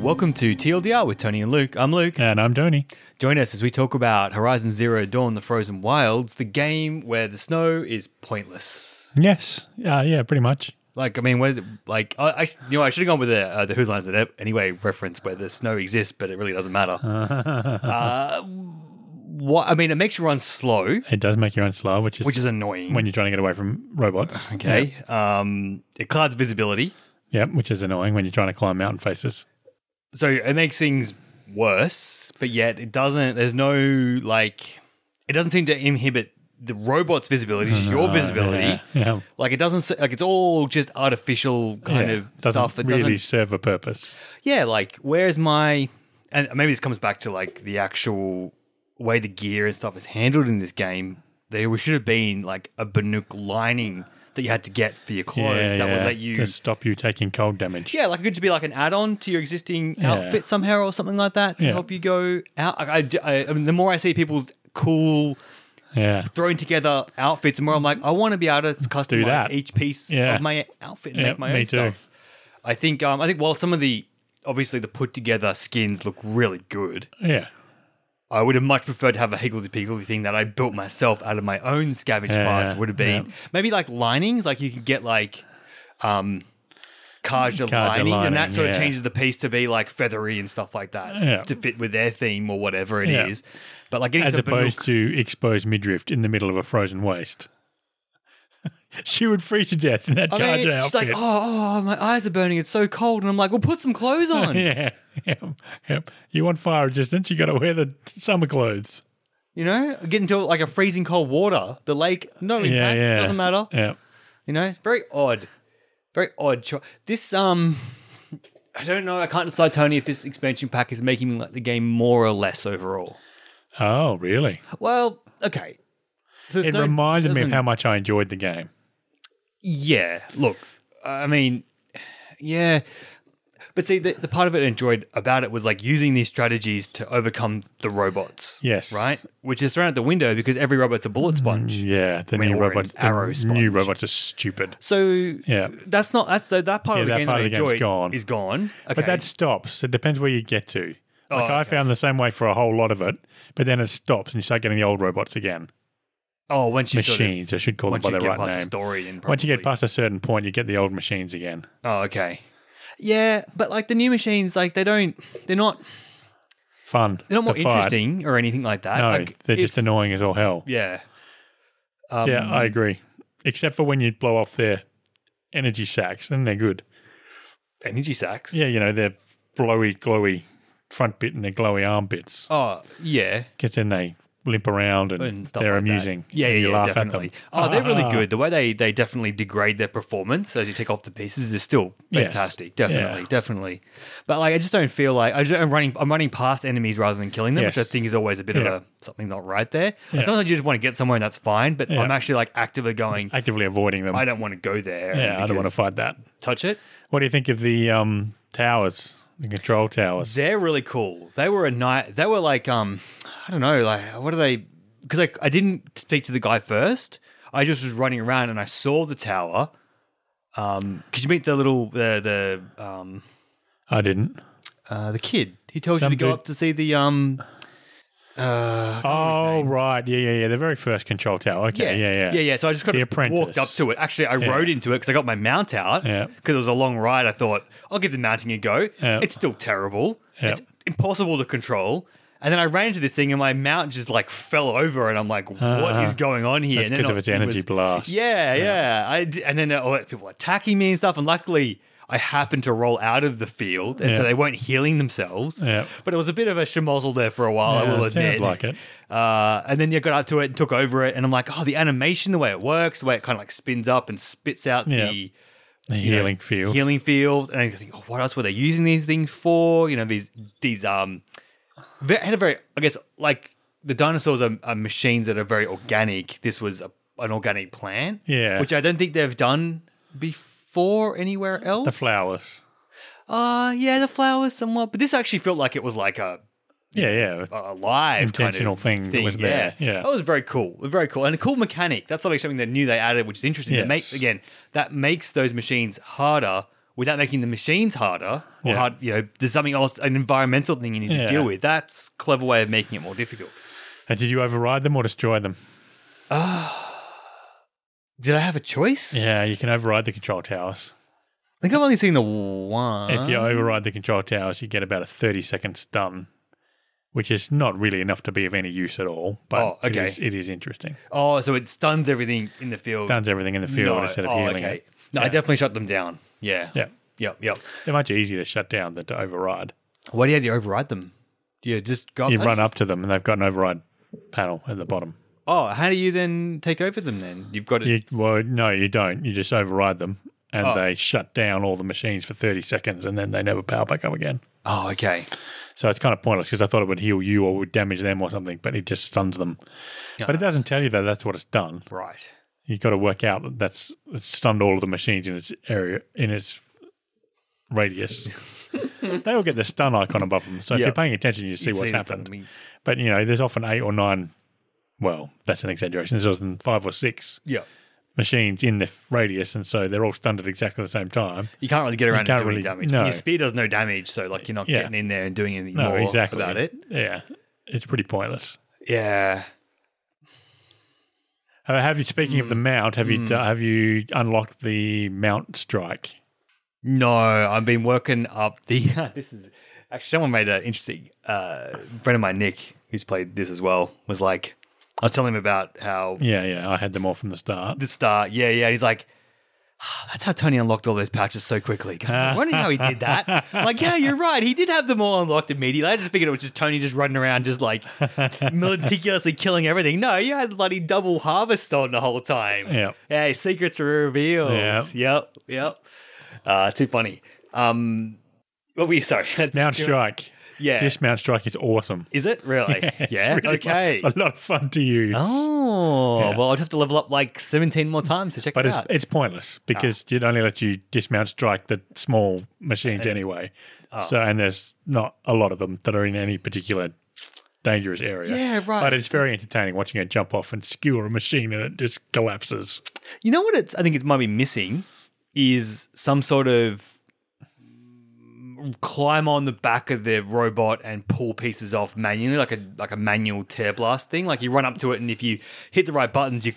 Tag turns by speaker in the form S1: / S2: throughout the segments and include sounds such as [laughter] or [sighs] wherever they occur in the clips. S1: Welcome to TLDR with Tony and Luke. I'm Luke.
S2: And I'm Tony.
S1: Join us as we talk about Horizon Zero Dawn: The Frozen Wilds, the game where the snow is pointless.
S2: Yes. Uh, yeah, pretty much.
S1: Like, I mean, where, like, I, I you know, I should have gone with the uh, the Who's Lines It Ep- Anyway reference where the snow exists, but it really doesn't matter. uh, what I mean, it makes you run slow,
S2: It does make you run slow, which is
S1: which is annoying.
S2: when you're trying to get away from robots.
S1: okay, um, it clouds visibility,
S2: Yep, which is annoying when you're trying to climb mountain faces.
S1: so it makes things worse. But yet, it doesn't. There's no like, it doesn't seem to inhibit the robot's visibility, just your visibility.
S2: Uh, Yeah. yeah.
S1: Like it doesn't s- like it's all just artificial kind
S2: Yeah.
S1: of
S2: doesn't
S1: stuff. It
S2: really
S1: doesn't.
S2: serve a purpose.
S1: Yeah, like where's my? And maybe this comes back to like the actual way the gear and stuff is handled in this game. There should have been like a Banuk lining that you had to get for your clothes
S2: yeah,
S1: that would
S2: yeah,
S1: let you.
S2: to stop you taking cold damage.
S1: yeah, like it could just be like an add-on to your existing
S2: Yeah.
S1: outfit somehow or something like that to
S2: Yeah.
S1: help you go out. I, I, I- I mean, the more I see people's cool
S2: Yeah.
S1: thrown together outfits, and more I'm like, I want to be able to customize
S2: that.
S1: each piece
S2: Yeah.
S1: of my outfit and
S2: Yeah,
S1: make my
S2: me
S1: own
S2: too.
S1: stuff. I think um, I think while some of the obviously the put together skins look really good,
S2: Yeah.
S1: I would have much preferred to have a higgledy piggledy thing that I built myself out of my own scavenge
S2: Yeah,
S1: parts.
S2: yeah,
S1: Would have been
S2: yeah.
S1: maybe like linings, like you could get like um Kaja lining, and
S2: lining,
S1: that sort
S2: yeah.
S1: of changes the piece to be like feathery and stuff like that
S2: Yeah.
S1: to fit with their theme or whatever it is.
S2: Yeah.
S1: But like getting
S2: As
S1: some
S2: opposed
S1: Banuk-
S2: to exposed midriff in the middle of a frozen waste. [laughs] she would freeze to death in that
S1: I mean,
S2: Kaja
S1: she's
S2: outfit.
S1: like, oh, oh, my eyes are burning. It's so cold. And I'm like, well, put some
S2: [laughs]
S1: clothes on.
S2: yeah, yeah, yeah. You want fire resistance? You got to wear the summer clothes.
S1: You know, get into like a freezing cold water. The lake, no impact.
S2: Yeah, yeah.
S1: It doesn't matter.
S2: Yeah,
S1: You know, it's very odd. Very odd choice. This, um, I don't know. I can't decide, Tony, if this expansion pack is making me like the game more or less overall.
S2: Oh, really?
S1: Well, okay. So there's
S2: It
S1: no-
S2: reminded me of
S1: doesn't-
S2: how much I enjoyed the game.
S1: Yeah. Look, I mean, yeah. But see, the, the part of it I enjoyed about it was like using these strategies to overcome the robots.
S2: Yes. Mm.
S1: Right? Which is thrown out the window because every robot's a bullet sponge.
S2: Yeah, the
S1: mean,
S2: new
S1: or an
S2: robots. The
S1: arrow
S2: new
S1: sponge.
S2: robots are stupid.
S1: So
S2: Yeah.
S1: that's not that's the, that part
S2: Yeah,
S1: of the
S2: that
S1: game
S2: part
S1: that
S2: of the
S1: I
S2: game's
S1: enjoyed
S2: gone.
S1: is gone. Okay. Oh,
S2: But that stops. It depends where you get to. Like I
S1: okay.
S2: found the same way for a whole lot of it, but then it stops and you start getting the old robots again.
S1: oh, once you sort of-
S2: Machines, I should call them
S1: once
S2: by
S1: you
S2: their
S1: get
S2: right
S1: past the
S2: name.
S1: story and
S2: Once you get
S1: probably-
S2: past a certain point, you get the old machines again.
S1: oh, okay, yeah, but like the new machines, like they don't, they're not,
S2: Fun.
S1: they're not more
S2: The fight.
S1: interesting or anything like that.
S2: No,
S1: like,
S2: they're
S1: if-
S2: just annoying as all hell.
S1: yeah, um,
S2: Yeah, I agree. Except for when you blow off their energy sacks, then they're good.
S1: energy sacks.
S2: Yeah, you know, their blowy, glowy front bit and their glowy arm bits.
S1: Oh, yeah.
S2: Because then they limp around and,
S1: and stuff
S2: Mm, they're
S1: like that.
S2: amusing.
S1: Yeah,
S2: and
S1: yeah,
S2: you
S1: yeah,
S2: laugh
S1: definitely.
S2: at them. Ah,
S1: Oh, they're really good. The way they they definitely degrade their performance as you take off the pieces is still
S2: Yes.
S1: fantastic. Definitely,
S2: Yeah.
S1: definitely. But like, I just don't feel like I just, I'm running. I'm running past enemies rather than killing them, which
S2: Yes.
S1: I think is always a bit
S2: Yeah.
S1: of a something not right there.
S2: Yeah.
S1: Sometimes you just want to get somewhere and that's fine, but
S2: Yeah.
S1: I'm actually like actively going.
S2: Actively avoiding them.
S1: I don't want to go there.
S2: yeah, I don't want to
S1: because-
S2: fight that.
S1: touch it.
S2: What do you think of the um, towers, the control towers?
S1: They're really cool. They were a night. They were like, um, I don't know, like what are they? Because I, I didn't speak to the guy first. I just was running around and I saw the tower. Um, because you meet the little the the um
S2: I didn't.
S1: uh the kid. He tells
S2: Some
S1: you to go
S2: dude-
S1: up to see the um. Uh,
S2: Oh, right. Yeah, yeah, yeah. The very first control tower.
S1: yeah,
S2: Okay, yeah, yeah.
S1: yeah, So I just kind
S2: The
S1: of
S2: apprentice.
S1: walked up to it. Actually, I rode into it because I got my mount out.
S2: Yeah.
S1: Because it was a long ride, I thought I'll give the mounting a go.
S2: Yeah.
S1: It's still terrible.
S2: Yeah.
S1: It's impossible to control. And then I ran into this thing, and my mount just like fell over, and I'm like, "What is going on here?"
S2: Uh-huh. That's
S1: And then
S2: because of
S1: I-
S2: its energy
S1: was-
S2: blast.
S1: Yeah, yeah. I d- and then uh, all people were attacking me and stuff, and luckily. I happened to roll out of the field, and so
S2: Yeah.
S1: they weren't healing themselves.
S2: Yeah.
S1: But it was a bit of a shemozzle there for a while. I
S2: Yeah,
S1: will
S2: it sounds
S1: admit.
S2: like it.
S1: Uh, and then you got up to it and took over it, and I'm like, oh, the animation, the way it works, the way it kind of like spins up and spits out
S2: Yeah.
S1: the
S2: The
S1: you know,
S2: healing field.
S1: healing field. And I think, oh, what else were they using these things for? You know, these these um, they had a very, I guess, like the dinosaurs are, are machines that are very organic. This was a, an organic plant,
S2: Yeah.
S1: which I don't think they've done before anywhere else.
S2: the flowers.
S1: uh, yeah, the flowers somewhat, but this actually felt like it was like a
S2: Yeah, yeah.
S1: a live
S2: Intentional
S1: kind
S2: thing
S1: of
S2: that was there, yeah.
S1: that was very cool, very cool, and a cool mechanic. That's something something they knew they added, which is interesting. That
S2: Yes.
S1: makes again that makes those machines harder without making the machines harder or
S2: Yeah.
S1: hard, you know, there's something else, an environmental thing you need
S2: Yeah.
S1: to deal with. That's a clever way of making it more difficult.
S2: And did you override them or destroy them?
S1: Did I have a choice?
S2: Yeah, you can override the control towers.
S1: I think I've only seen the one.
S2: If you override the control towers, you get about a 30 second stun, which is not really enough to be of any use at all. But
S1: Oh, okay.
S2: it, is, it is interesting.
S1: oh, so it stuns everything in the field.
S2: Stuns everything in the field instead of
S1: oh,
S2: healing
S1: okay.
S2: it.
S1: No, I
S2: Yeah.
S1: definitely shut them down. Yeah.
S2: Yeah.
S1: Yep. Yep.
S2: They're much easier to shut down than to override.
S1: Why do you have to override them? Do you just go up
S2: You run up to them and they've got an override panel at the bottom.
S1: Oh, how do you then take over them then? You've got it.
S2: You, well, no, you don't. You just override them and
S1: Oh.
S2: they shut down all the machines for 30 seconds and then they never power back up again.
S1: Oh, okay.
S2: So it's kind of pointless because I thought it would heal you or would damage them or something, but it just stuns them. But it doesn't tell you that that's what it's done.
S1: Right.
S2: You've got to work out that that's it's stunned all of the machines in its area, in its f- [laughs] radius. they all get the stun icon above them. So if
S1: Yeah.
S2: you're paying attention, you see
S1: You've
S2: what's
S1: seen
S2: happened.
S1: something.
S2: But, you know, there's often eight or nine, well, that's an exaggeration. There's often five or six
S1: Yeah.
S2: machines in the f- radius, and so they're all stunned at exactly the same time.
S1: You can't really get around and
S2: can't
S1: do
S2: really-
S1: any damage.
S2: no.
S1: Your spear does no damage, so like you're not
S2: Yeah.
S1: getting in there and doing anything
S2: No,
S1: more
S2: exactly.
S1: about it.
S2: Yeah, it's pretty pointless.
S1: Yeah.
S2: Uh, have you? Speaking of the
S1: Hmm.
S2: mount, have you have you unlocked the mount strike?
S1: No, I've been working up the. [laughs] this is actually someone made an interesting uh, friend of mine, Nick, who's played this as well. Was like, I was telling him about how
S2: Yeah, yeah, I had them all from the start.
S1: the start. Yeah, yeah. He's like, "Ah, that's how Tony unlocked all those pouches so quickly. I'm wondering how he did
S2: [laughs]
S1: that. I'm like, yeah, you're right. He did have them all unlocked immediately. I just figured it was just Tony just running around, just
S2: [laughs]
S1: like meticulously killing everything. No, you had bloody double harvest on the whole time.
S2: Yep.
S1: Hey, secrets are revealed.
S2: Yep.
S1: Yep. Yep. Uh, too funny. Um, what were you? Sorry. [laughs]
S2: Mount strike.
S1: Yeah.
S2: This mount strike is awesome. [laughs]
S1: Is it really?
S2: It's
S1: yeah.
S2: really
S1: okay.
S2: fun. It's a lot of fun to use.
S1: Oh
S2: Yeah.
S1: well, I'd have to level up like 17 more times to check
S2: But
S1: it
S2: it's,
S1: out.
S2: it's pointless because it only lets you dismount strike the small machines anyway.
S1: Oh.
S2: So and there's not a lot of them that are in any particular dangerous area.
S1: Yeah, right.
S2: But it's very entertaining watching it jump off and skewer a machine and it just collapses.
S1: You know what? It's, I think it might be missing is some sort of climb on the back of the robot and pull pieces off manually, like a like a manual tear blast thing. Like you run up to it, and if you hit the right buttons, you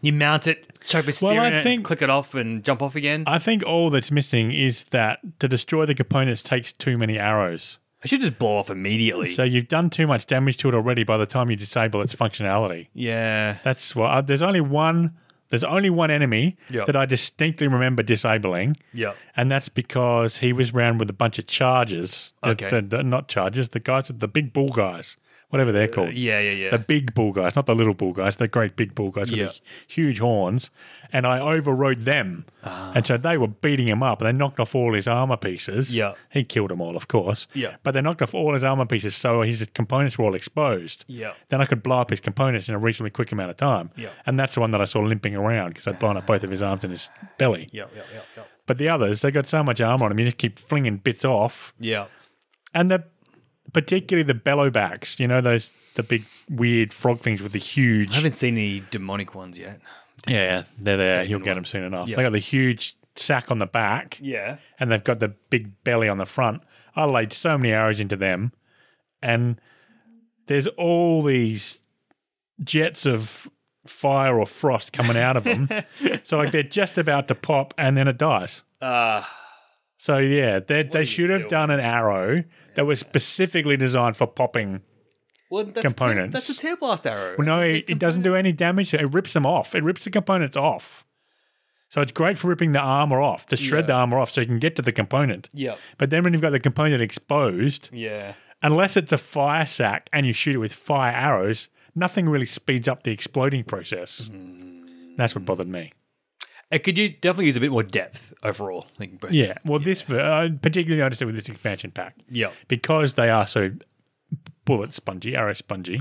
S1: you mount it, choke a spear
S2: I
S1: in it,
S2: think-
S1: click it off, and jump off again. I,
S2: I think all that's missing is that to destroy the components takes too many arrows.
S1: should just blow off immediately.
S2: So you've done too much damage to it already by the time you disable its functionality.
S1: yeah,
S2: That's why uh, there's only one. There's only one enemy
S1: Yep.
S2: that I distinctly remember disabling.
S1: Yep.
S2: And that's because he was round with a bunch of charges. The-
S1: Okay.
S2: The, the- not charges. The guys, with the big bull guys, whatever they're called.
S1: Uh, yeah, yeah, yeah.
S2: The big bull guys, not the little bull guys, the great big bull guys with
S1: Yeah.
S2: the huge horns. And I overrode them.
S1: Ah.
S2: And so they were beating him up. They knocked off all his armor pieces.
S1: Yeah.
S2: He killed them all, of course.
S1: Yeah.
S2: But they knocked off all his armor pieces, so his components were all exposed.
S1: Yeah.
S2: Then I could blow up his components in a reasonably quick amount of time.
S1: Yeah.
S2: And that's the one that I saw limping around because I'd blown up both of his arms and his belly.
S1: yeah, yeah, yeah, yeah,
S2: But the others, they got so much armor on them, you just keep flinging bits off
S1: yeah.
S2: and the particularly the bellowbacks, you know those the big weird frog things with the
S1: I
S2: huge.
S1: haven't seen any demonic ones yet.
S2: Yeah, they're there. You'll get them soon enough.
S1: Yeah.
S2: They got the huge sack on the back,
S1: Yeah.
S2: and they've got the big belly on the front. I laid so many arrows into them, and there's all these jets of fire or frost coming out of [laughs] them. so like they're just about to pop, and then it dies.
S1: Uh,
S2: So yeah, they they should have
S1: doing?
S2: done an arrow that was specifically designed for popping
S1: well, that's
S2: Components.
S1: that's a tear blast arrow.
S2: Well, no, it, it doesn't do any damage. It rips them off. It rips the components off. So it's great for ripping the armor off, to shred
S1: Yeah.
S2: the armor off so you can get to the component.
S1: Yep.
S2: But then when you've got the component exposed,
S1: Yeah.
S2: unless it's a fire sack and you shoot it with fire arrows, nothing really speeds up the exploding process.
S1: Hmm.
S2: That's what bothered me.
S1: It Uh, could you definitely use a bit more depth overall. I think, but
S2: Yeah. Well, this, ver- I particularly noticed it with this expansion pack.
S1: Yeah.
S2: Because they are so bullet spongy, arrow spongy.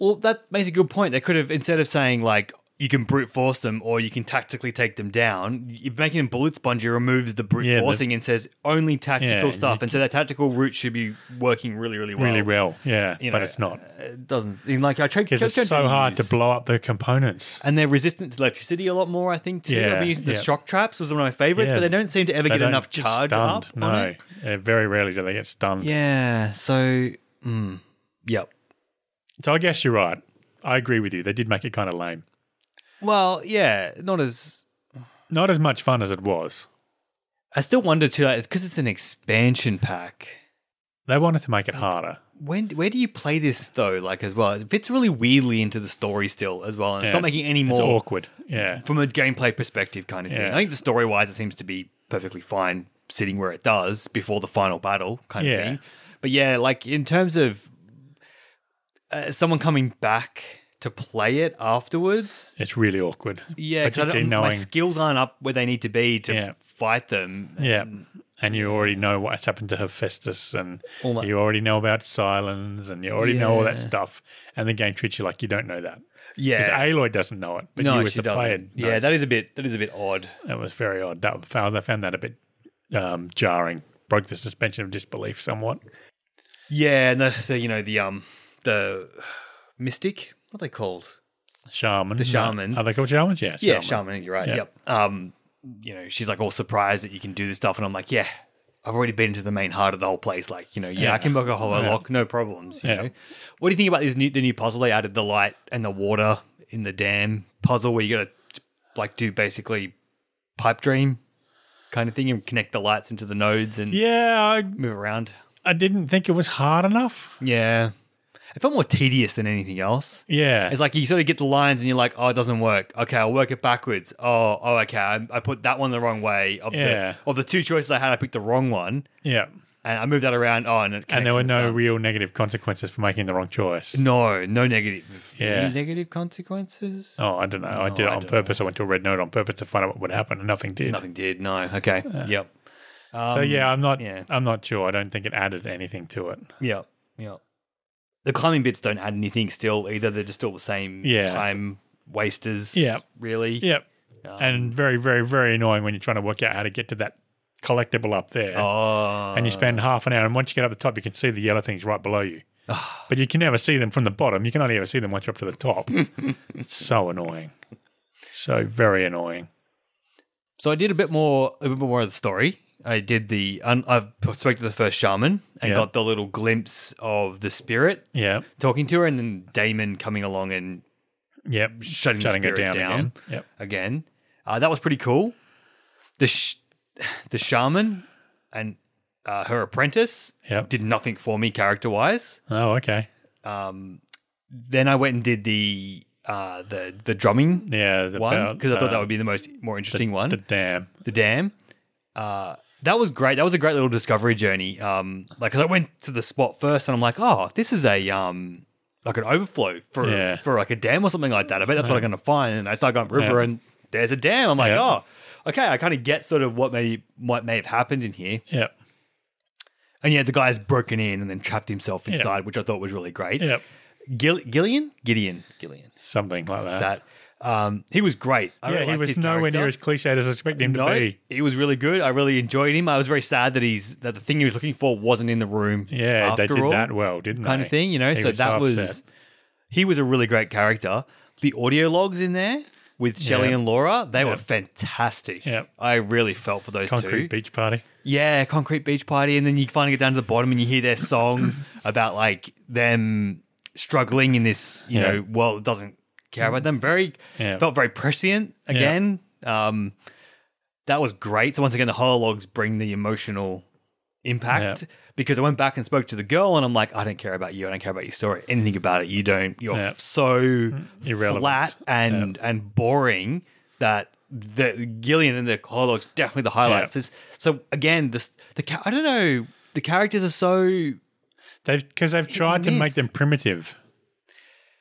S1: Well, that makes a good point. They could have instead of saying like you can brute force them or you can tactically take them down. If making them bullet sponge, it removes the brute
S2: Yeah, the-
S1: forcing and says only
S2: Yeah,
S1: tactical
S2: you
S1: stuff. And so that tactical route should be working really, really well.
S2: really well. Yeah,
S1: You
S2: but
S1: know, uh,
S2: it's not
S1: It doesn't. in, Like I tried
S2: because it's so hard to blow up the components.
S1: And they're resistant to electricity a lot more, I think, too. I've
S2: Yeah,
S1: been using the
S2: yeah.
S1: shock traps was one of my favorites,
S2: Yeah.
S1: but they don't seem to ever
S2: They
S1: get
S2: don't
S1: enough
S2: get
S1: charge
S2: stunned.
S1: up.
S2: No,
S1: on it.
S2: Yeah, very rarely do they get stunned.
S1: Yeah. So, mm, yep.
S2: So I guess you're right. I agree with you. They did make it kind of lame.
S1: Well, yeah, not as.
S2: Not as much fun as it was.
S1: I still wonder too, like, because it's an expansion pack.
S2: They wanted to make it harder.
S1: When where do you play this though? Like as well, it fits really weirdly into the story still as well, and it's
S2: Yeah.
S1: not making any
S2: It's
S1: more
S2: awkward. Yeah.
S1: from a gameplay perspective kind of thing.
S2: Yeah.
S1: I think the story wise, it seems to be perfectly fine sitting where it does before the final battle kind
S2: Yeah.
S1: of thing. But yeah, like in terms of uh, someone coming back to play it afterwards,
S2: It's really awkward.
S1: yeah, 'cause I
S2: particularly
S1: don't- my
S2: knowing.
S1: skills aren't up where they need to be to
S2: Yeah.
S1: fight them.
S2: yeah. And you already know what's happened to Hephaestus, and
S1: All that-
S2: you already know about Silence, and you already know all that
S1: Yeah.
S2: stuff. And the game treats you like you don't know that. Because
S1: Yeah,
S2: Aloy doesn't know it, but you as the player.
S1: Yeah,
S2: knows
S1: that is a bit that is a bit odd.
S2: That was very odd. That found I found that a bit um, jarring. Broke the suspension of disbelief somewhat.
S1: Yeah, and the, the you know the um the mystic, what are they called?
S2: Shamans.
S1: The shamans.
S2: Are they called shamans? Yeah.
S1: Yeah,
S2: shaman.
S1: shaman. You're right.
S2: Yeah.
S1: Yep. Um, you know, she's like all surprised that you can do this stuff, and I'm like, yeah, I've already been to the main heart of the whole place. Like, you know, yeah, I can book a hollow lock, no problems. You
S2: Yeah.
S1: know, what do you think about this new the new puzzle they added? The light and the water in the dam puzzle, where you got to like do basically pipe dream kind of thing and connect the lights into the nodes and
S2: Yeah,
S1: move around.
S2: I, I didn't think it was hard enough.
S1: Yeah. It felt more tedious than anything else.
S2: Yeah.
S1: It's like you sort of get the lines and you're like, oh, it doesn't work. Okay, I'll work it backwards. Oh, oh, okay. I, I put that one the wrong way. Of,
S2: Yeah.
S1: the, of the two choices I had, I picked the wrong one
S2: yeah.
S1: and I moved that around. Oh, and it
S2: And
S1: connects
S2: there were
S1: and
S2: no
S1: stuff.
S2: real negative consequences for making the wrong choice.
S1: no, no negative.
S2: Yeah.
S1: Any negative consequences?
S2: Oh, I don't know. I did it
S1: I
S2: on
S1: don't
S2: purpose. I went to a red note on purpose to find out what would happen, and nothing did.
S1: Nothing did. No. Okay. Yep. Um,
S2: So yeah, I'm not.
S1: yeah.
S2: I'm not sure. I don't think it added anything to it.
S1: Yep. Yep. The climbing bits don't add anything still either. They're just still the same
S2: Yeah.
S1: time wasters.
S2: Yeah.
S1: Really.
S2: Yep.
S1: Um,
S2: and very, very, very annoying when you're trying to work out how to get to that collectible up there.
S1: Oh.
S2: and you spend half an hour. And once you get up the top, you can see the yellow things right below you.
S1: Ah.
S2: but you can never see them from the bottom. You can only ever see them once you're up to
S1: [laughs]
S2: the top. it's so annoying. So very annoying.
S1: So I did a bit more, a bit more of the story. I did the, un, I spoke to the first shaman and
S2: Yeah.
S1: got the little glimpse of the spirit
S2: Yeah.
S1: talking to her, and then Damon coming along and
S2: Yep.
S1: shutting, the
S2: it
S1: spirit down,
S2: again. Yep.
S1: again. Uh, that was pretty cool. The sh- the shaman and uh, her apprentice
S2: Yep.
S1: did nothing for me character wise.
S2: Oh, okay.
S1: Um, then I went and did the uh, the the drumming
S2: Yeah. The
S1: one because I thought that would
S2: would
S1: be the most more interesting one.
S2: the dam.
S1: the dam. Uh, that was great. That was a great little discovery journey. Um, like 'cause I went to the spot first, and I'm like, oh, this is a um, like an overflow for
S2: Yeah.
S1: for like a dam or something like that. I bet that's what I'm gonna find. And I start going up river,
S2: Yeah.
S1: and there's a dam. I'm like,
S2: Yeah.
S1: oh, okay. I kind of get sort of what may what may have happened in here.
S2: Yep.
S1: And yeah, the guy's broken in and then trapped himself inside, which I thought was really great.
S2: Yep.
S1: Gil- Gillian, Gideon, Gillian.
S2: Something like that.
S1: That um, he was great. I
S2: yeah,
S1: really
S2: he
S1: liked
S2: was
S1: his
S2: nowhere near
S1: character.
S2: as cliched as I expected him
S1: No,
S2: to be.
S1: he was really good. I really enjoyed him. I was very sad that he's that the thing he was looking for wasn't in the room.
S2: Yeah,
S1: after
S2: they did
S1: all,
S2: that well, didn't
S1: kind
S2: they?
S1: of thing, you know.
S2: He
S1: so that was
S2: upset.
S1: he was a really great character. The audio logs in there with Shelley
S2: Yeah.
S1: and Laura, they were fantastic.
S2: Yeah.
S1: I really felt for those
S2: concrete
S1: two.
S2: beach party.
S1: Yeah, Concrete Beach Party, and then you finally get down to the bottom and you hear their
S2: [clears throat]
S1: song about like them struggling in this, you
S2: Yeah.
S1: know, world that doesn't care about them. Very
S2: Yeah.
S1: felt very prescient again. Um, that was great. So once again, the holologs bring the emotional impact
S2: Yeah.
S1: because I went back and spoke to the girl, and I'm like, I don't care about you. I don't care about your story. Anything about it. You don't. You're
S2: Yeah. Mm-hmm.
S1: so
S2: Irrelevant.
S1: flat and and boring that the Gillian and the holologs definitely the highlights.
S2: Yeah.
S1: This so again, this the ca- I don't know. The characters are so
S2: They've because they've tried to make
S1: miss.
S2: them primitive. [sighs]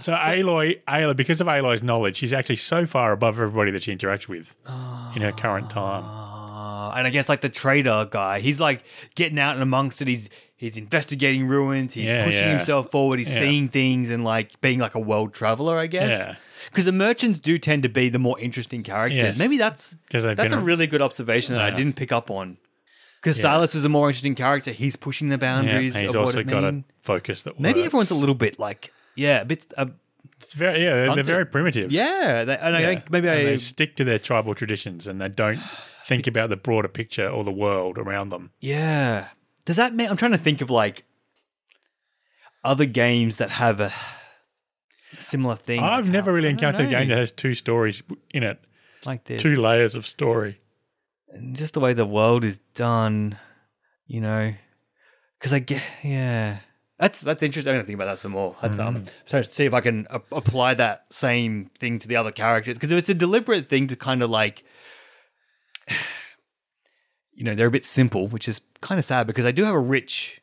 S2: So Aloy, Aloy, because of Aloy's knowledge, she's actually so far above everybody that she interacts with
S1: Ah.
S2: in her current time.
S1: Uh, and I guess like the trader guy, he's like getting out and amongst it. He's he's investigating ruins. He's
S2: Yeah,
S1: pushing
S2: yeah.
S1: himself forward. He's
S2: Yeah.
S1: seeing things and like being like a world traveler, I guess.
S2: Yeah.
S1: Because the merchants do tend to be the more interesting characters.
S2: Yes.
S1: Maybe that's
S2: 'Cause they've
S1: that's a
S2: been a-
S1: really good observation that I
S2: Yeah.
S1: didn't pick up on. Because
S2: Yeah.
S1: Silas is a more interesting character. He's pushing the
S2: Yeah,
S1: boundaries.
S2: and he's
S1: of
S2: also
S1: what it
S2: got
S1: mean.
S2: a focus that
S1: Maybe
S2: works.
S1: everyone's a little bit like yeah, a bit uh,
S2: It's very yeah, they're, they're
S1: stunted.
S2: very primitive.
S1: yeah. They, and I
S2: Yeah.
S1: think maybe
S2: And
S1: I
S2: they stick to their tribal traditions and
S1: [sighs]
S2: they don't think about the broader picture or the world around them.
S1: Yeah. Does that mean I'm trying to think of like other games that have a similar thing?
S2: I've
S1: like
S2: never
S1: how-
S2: really
S1: I don't
S2: encountered a
S1: know.
S2: game that has two stories in it,
S1: like this.
S2: two layers of story.
S1: And Just the way the world is done, you know. Because I get, yeah. That's that's interesting. I'm gonna think about that some more. That's um. So see if I can a- apply that same thing to the other characters because if it's a deliberate thing to kind of like, [sighs] you know, they're a bit simple, which is kind of sad because I do have a rich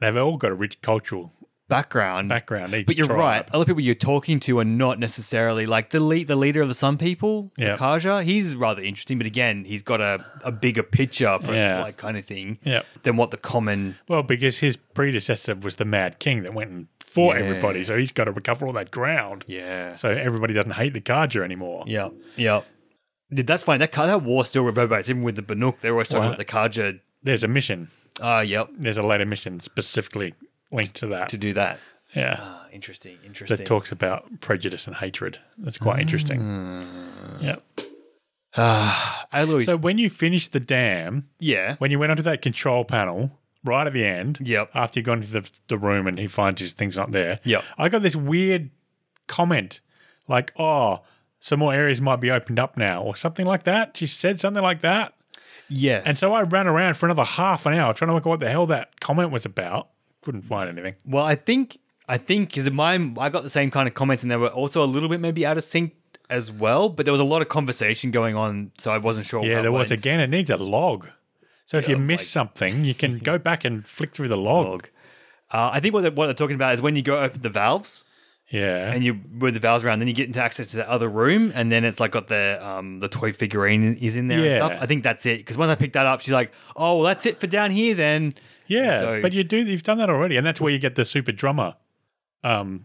S2: They've all got a rich cultural
S1: background.
S2: background. Each
S1: But you're
S2: tribe.
S1: right. Other people you're talking to are not necessarily like the lead, the leader of the Sun People,
S2: Yeah.
S1: Kaja. He's rather interesting, but again, he's got a, a bigger picture, but
S2: Yeah.
S1: like kind of thing,
S2: Yeah.
S1: than what the common.
S2: Well, because his predecessor was the Mad King that went and fought
S1: Yeah.
S2: everybody, so he's got to recover all that ground.
S1: Yeah,
S2: So everybody doesn't hate the Kaja anymore.
S1: yeah, yeah. Dude, that's fine. That Ka- that war still reverberates even with the Banuk. They're always talking
S2: Well,
S1: about the Kaja.
S2: There's a mission.
S1: Ah, yep,
S2: There's a later mission specifically linked to that.
S1: to do that.
S2: yeah.
S1: Ah, interesting,
S2: That
S1: interesting.
S2: talks about prejudice and hatred. That's quite interesting.
S1: Hmm.
S2: Yeah.
S1: Aloy,
S2: So when you finished the dam,
S1: yeah,
S2: when you went onto that control panel right at the end,
S1: Yep.
S2: after you got into the, the room and he finds his things not there,
S1: Yep.
S2: I got this weird comment like, oh, some more areas might be opened up now, or something like that. She said something like that.
S1: yes.
S2: And so I ran around for another half an hour trying to work out what the hell that comment was about. Couldn't find anything.
S1: Well, I think I think because my I got the same kind of comments, and they were also a little bit maybe out of sync as well. But there was a lot of conversation going on, so I wasn't sure.
S2: Yeah,
S1: how
S2: there was
S1: went.
S2: again. It needs a log. So if you
S1: Yeah,
S2: miss
S1: like-
S2: something,
S1: [laughs]
S2: you can go back and flick through the log.
S1: Uh, I think what they're, what they're talking about is when you go open the valves
S2: Yeah.
S1: and you with the valves around, then you get into access to the other room, and then it's like got the um the toy figurine is in there and
S2: Yeah.
S1: stuff. I think that's it because once I picked that up, she's like, "Oh, well, that's it for down here then."
S2: yeah,
S1: so-
S2: but you do you've done that already, and that's where you get the super drummer um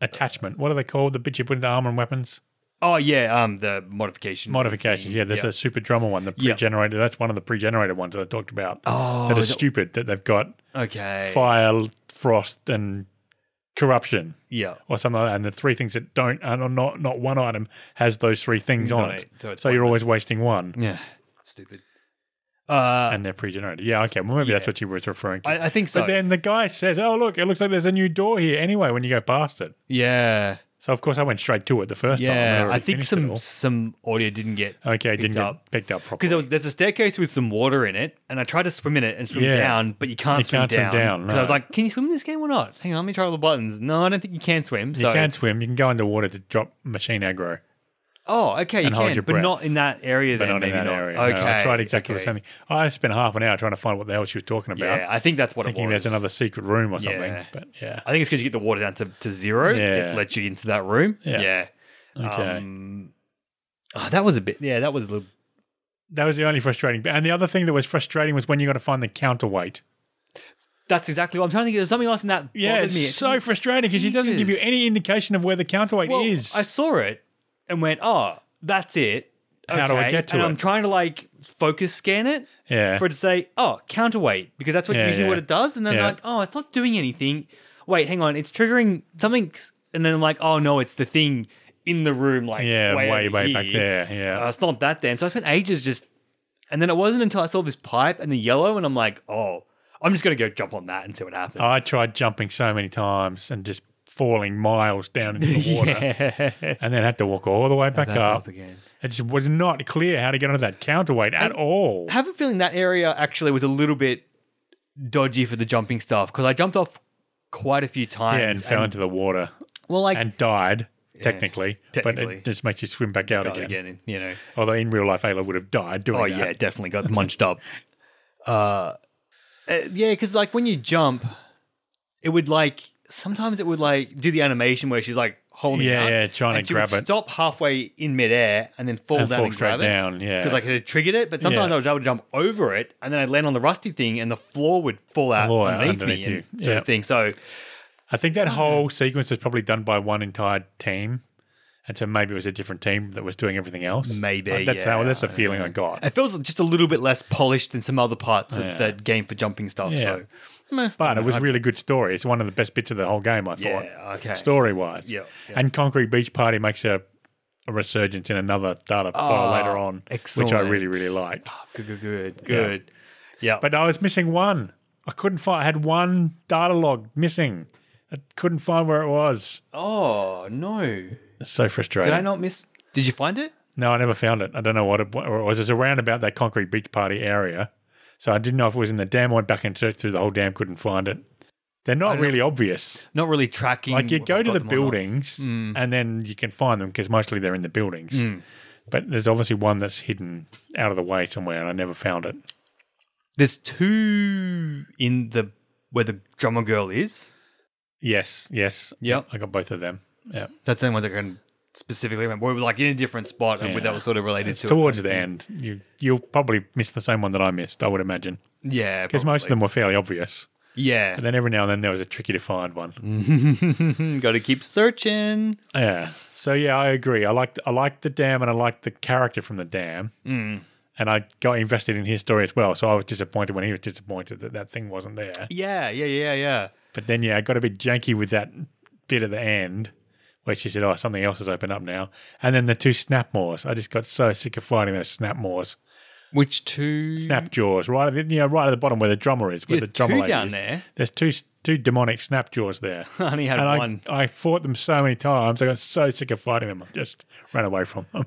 S2: attachment. What are they called? The bit you put into armor and weapons
S1: Oh yeah, um the modification
S2: modifications. Yeah, there's
S1: Yeah.
S2: a super drummer one, the
S1: Yeah.
S2: pre-generated. That's one of the pre-generated ones that I talked about.
S1: Oh,
S2: that are
S1: is it-
S2: stupid that they've got
S1: okay
S2: fire, frost, and corruption.
S1: yeah
S2: or something like that. And the three things that don't, and are not not one item has those three things on
S1: on
S2: it.
S1: it, so it's
S2: you're
S1: pointless.
S2: always wasting one,
S1: yeah stupid. Uh,
S2: and they're pre-generated. Yeah, okay. Well, maybe that's what you were referring to.
S1: I, I think so.
S2: but then the guy says, "Oh, look, it looks like there's a new door here." Anyway, when you go past it,
S1: yeah,
S2: so of course I went straight to it the first time.
S1: yeah.
S2: already
S1: I think
S2: finished it
S1: some
S2: all.
S1: some audio didn't get
S2: Okay,
S1: picked
S2: didn't
S1: up
S2: get picked up properly.
S1: because there was there's a staircase with some water in it, and I tried to swim in it and swim
S2: Yeah.
S1: down, but you can't
S2: You
S1: swim
S2: can't swim
S1: down.
S2: down,
S1: 'Cause I was
S2: no.
S1: like, can you swim in this game or not? Hang on, let me try all the buttons. No, I don't think you can swim. So
S2: you can swim. You can go underwater to drop machine aggro,
S1: oh, okay, you
S2: and hold
S1: can,
S2: your
S1: but
S2: breath.
S1: not in that area.
S2: but
S1: then,
S2: not in
S1: maybe
S2: that
S1: not.
S2: area. No,
S1: Okay,
S2: I tried exactly
S1: okay.
S2: the same thing. I spent half an hour trying to find what the hell she was talking about,
S1: Yeah, I think that's what
S2: thinking
S1: it was.
S2: there's another secret room or something.
S1: Yeah.
S2: But yeah,
S1: I think it's because you get the water down to, to zero.
S2: Yeah.
S1: It lets you into that room.
S2: Yeah.
S1: Yeah.
S2: okay.
S1: Um, oh, that was a bit. Yeah, that was a little.
S2: That was the only frustrating. And the other thing that was frustrating was when you got to find the counterweight.
S1: That's exactly what I'm trying to think. There's something else in that.
S2: Yeah,
S1: bothered
S2: it's
S1: me. It
S2: so frustrating because she doesn't give you
S1: ages.
S2: any indication of where the counterweight
S1: Well,
S2: is.
S1: I saw it and went, oh, that's it.
S2: How do I
S1: Okay.
S2: get to
S1: and
S2: it?
S1: I'm trying to like focus scan it
S2: yeah,
S1: for it to say, oh, counterweight, because that's what
S2: Yeah,
S1: usually
S2: yeah.
S1: what it does. And then
S2: Yeah.
S1: like, oh, it's not doing anything. Wait, hang on, it's triggering something. And then I'm like, oh no, it's the thing in the room, like
S2: yeah, way, way,
S1: over
S2: back
S1: here.
S2: there. Yeah,
S1: Uh, it's not that then. So I spent ages just, and then it wasn't until I saw this pipe and the yellow, and I'm like, oh, I'm just gonna go jump on that and see what happens.
S2: I tried jumping so many times and just falling miles down into the water,
S1: [laughs] yeah.
S2: and then had to walk all the way back,
S1: Back
S2: up.
S1: up again.
S2: It just was not clear how to get onto that counterweight at all.
S1: I have a feeling that area actually was a little bit dodgy for the jumping stuff because I jumped off quite a few times.
S2: yeah, and fell into the water
S1: well, like
S2: and died. Technically, but
S1: technically.
S2: it just makes you swim back out
S1: got
S2: again.
S1: again, you know.
S2: Although in real life, Ayla would have died doing
S1: Oh
S2: that.
S1: yeah, definitely got
S2: [laughs]
S1: munched up. Uh, uh, yeah, because like when you jump, it would like sometimes it would like do the animation where she's like holding
S2: Yeah,
S1: out.
S2: yeah, trying to
S1: and she
S2: grab
S1: would
S2: it.
S1: Stop halfway in midair and then fall
S2: And
S1: down
S2: fall
S1: and
S2: straight
S1: grab it.
S2: down, yeah.
S1: because like it had triggered it. But sometimes
S2: Yeah.
S1: I was able to jump over it, and then I'd land on the rusty thing, and the floor would fall out
S2: Floor out
S1: underneath,
S2: underneath
S1: me,
S2: you.
S1: and sort
S2: Yeah.
S1: of thing. So
S2: I think that whole sequence was probably done by one entire team, and so maybe it was a different team that was doing everything else.
S1: Maybe,
S2: Like, that's
S1: yeah,
S2: how that's the
S1: I
S2: feeling I got.
S1: it feels just a little bit less polished than some other parts
S2: Yeah.
S1: of that game for jumping stuff.
S2: Yeah.
S1: So meh.
S2: But it was a really good story. It's one of the best bits of the whole game. I thought.
S1: Yeah, okay.
S2: Story wise,
S1: Yeah, yeah.
S2: And Concrete Beach Party makes a, a resurgence in another data file later on, which I really
S1: Ah, excellent.
S2: really liked.
S1: Ah, good, good, good, good. Yeah,
S2: But I was missing one. I couldn't find. I had one data log missing. I couldn't find where it was.
S1: oh no,
S2: It's so frustrating.
S1: did I not miss? Did you find it?
S2: No, I never found it. I don't know what it, what it was. It's around about that concrete beach party area. So I didn't know if it was in the dam. I went back and searched through the whole dam, couldn't find it. They're not really obvious.
S1: Not really tracking.
S2: Like you
S1: if
S2: go
S1: Mm, I've
S2: to
S1: got
S2: the
S1: them or not.
S2: buildings
S1: Mm.
S2: and then you can find them because mostly they're in the buildings. But there's obviously one that's hidden out of the way somewhere and I never found it.
S1: There's two in the where the drummer girl is.
S2: Yes, yes.
S1: Yep.
S2: I got both of them. Yeah.
S1: That's the only ones I can specifically remember. We were like in a different spot, and
S2: Yeah.
S1: that was sort of related to it.
S2: Towards the end, you you'll probably miss the same one that I missed, I would imagine.
S1: Yeah,
S2: Because most of them were fairly obvious.
S1: Yeah,
S2: And then every now and then there was a tricky to find one.
S1: Mm. got to keep searching.
S2: Yeah. So yeah, I agree. I liked I liked the dam and I liked the character from the dam. Mm. And I got invested in his story as well. So I was disappointed when he was disappointed that that thing wasn't there.
S1: Yeah, yeah, yeah, yeah.
S2: But then yeah, I got a bit janky with that bit at the end where she said, "Oh, something else has opened up now." And then the two snapmores. I just got so sick of fighting those snapmores,
S1: Which two?
S2: snapjaws. Right at the you know, right at the bottom where the drummer is, where
S1: Yeah,
S2: the drummer
S1: two
S2: lady
S1: down
S2: is.
S1: there.
S2: There's two two demonic snapjaws there.
S1: [laughs] I only [laughs] had
S2: and
S1: one.
S2: I, I fought them so many times. I got so sick of fighting them. I just ran away from them.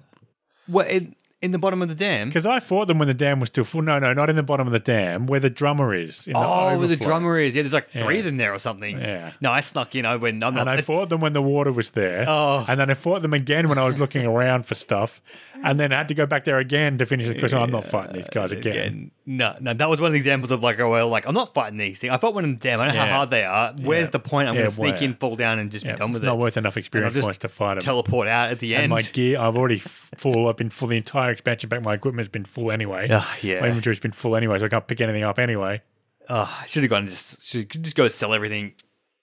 S1: What in, in the bottom of the dam?
S2: Because I fought them when the dam was still full. No, no, not in the bottom of the dam, where the drummer is. In the
S1: Oh, where the
S2: overflow.
S1: drummer is. Yeah, there's like three of them there or something.
S2: Yeah.
S1: No, I snuck in. I went. I'm not.
S2: And I fought them when the water was there.
S1: Oh.
S2: And then I fought them again when I was looking around for stuff. And then I had to go back there again to finish the question. I'm not fighting these guys again.
S1: again. No, no, that was one of the examples of like, oh well, like I'm not fighting these things. I fought one of them. Damn, I know
S2: Yeah.
S1: how hard they are. Where's
S2: Yeah.
S1: the point? I'm
S2: Yeah,
S1: gonna sneak
S2: where?
S1: in, fall down, and just
S2: Yeah,
S1: be done
S2: it's
S1: with
S2: not
S1: it.
S2: worth enough experience
S1: just
S2: points to fight them.
S1: Teleport out at the
S2: and
S1: end.
S2: my gear, I've already f- full. I've been full. The entire expansion pack, my equipment's been full anyway.
S1: Ah, yeah.
S2: My inventory's been full anyway, so I can't pick anything up anyway.
S1: oh, I should have gone and just should just go sell everything.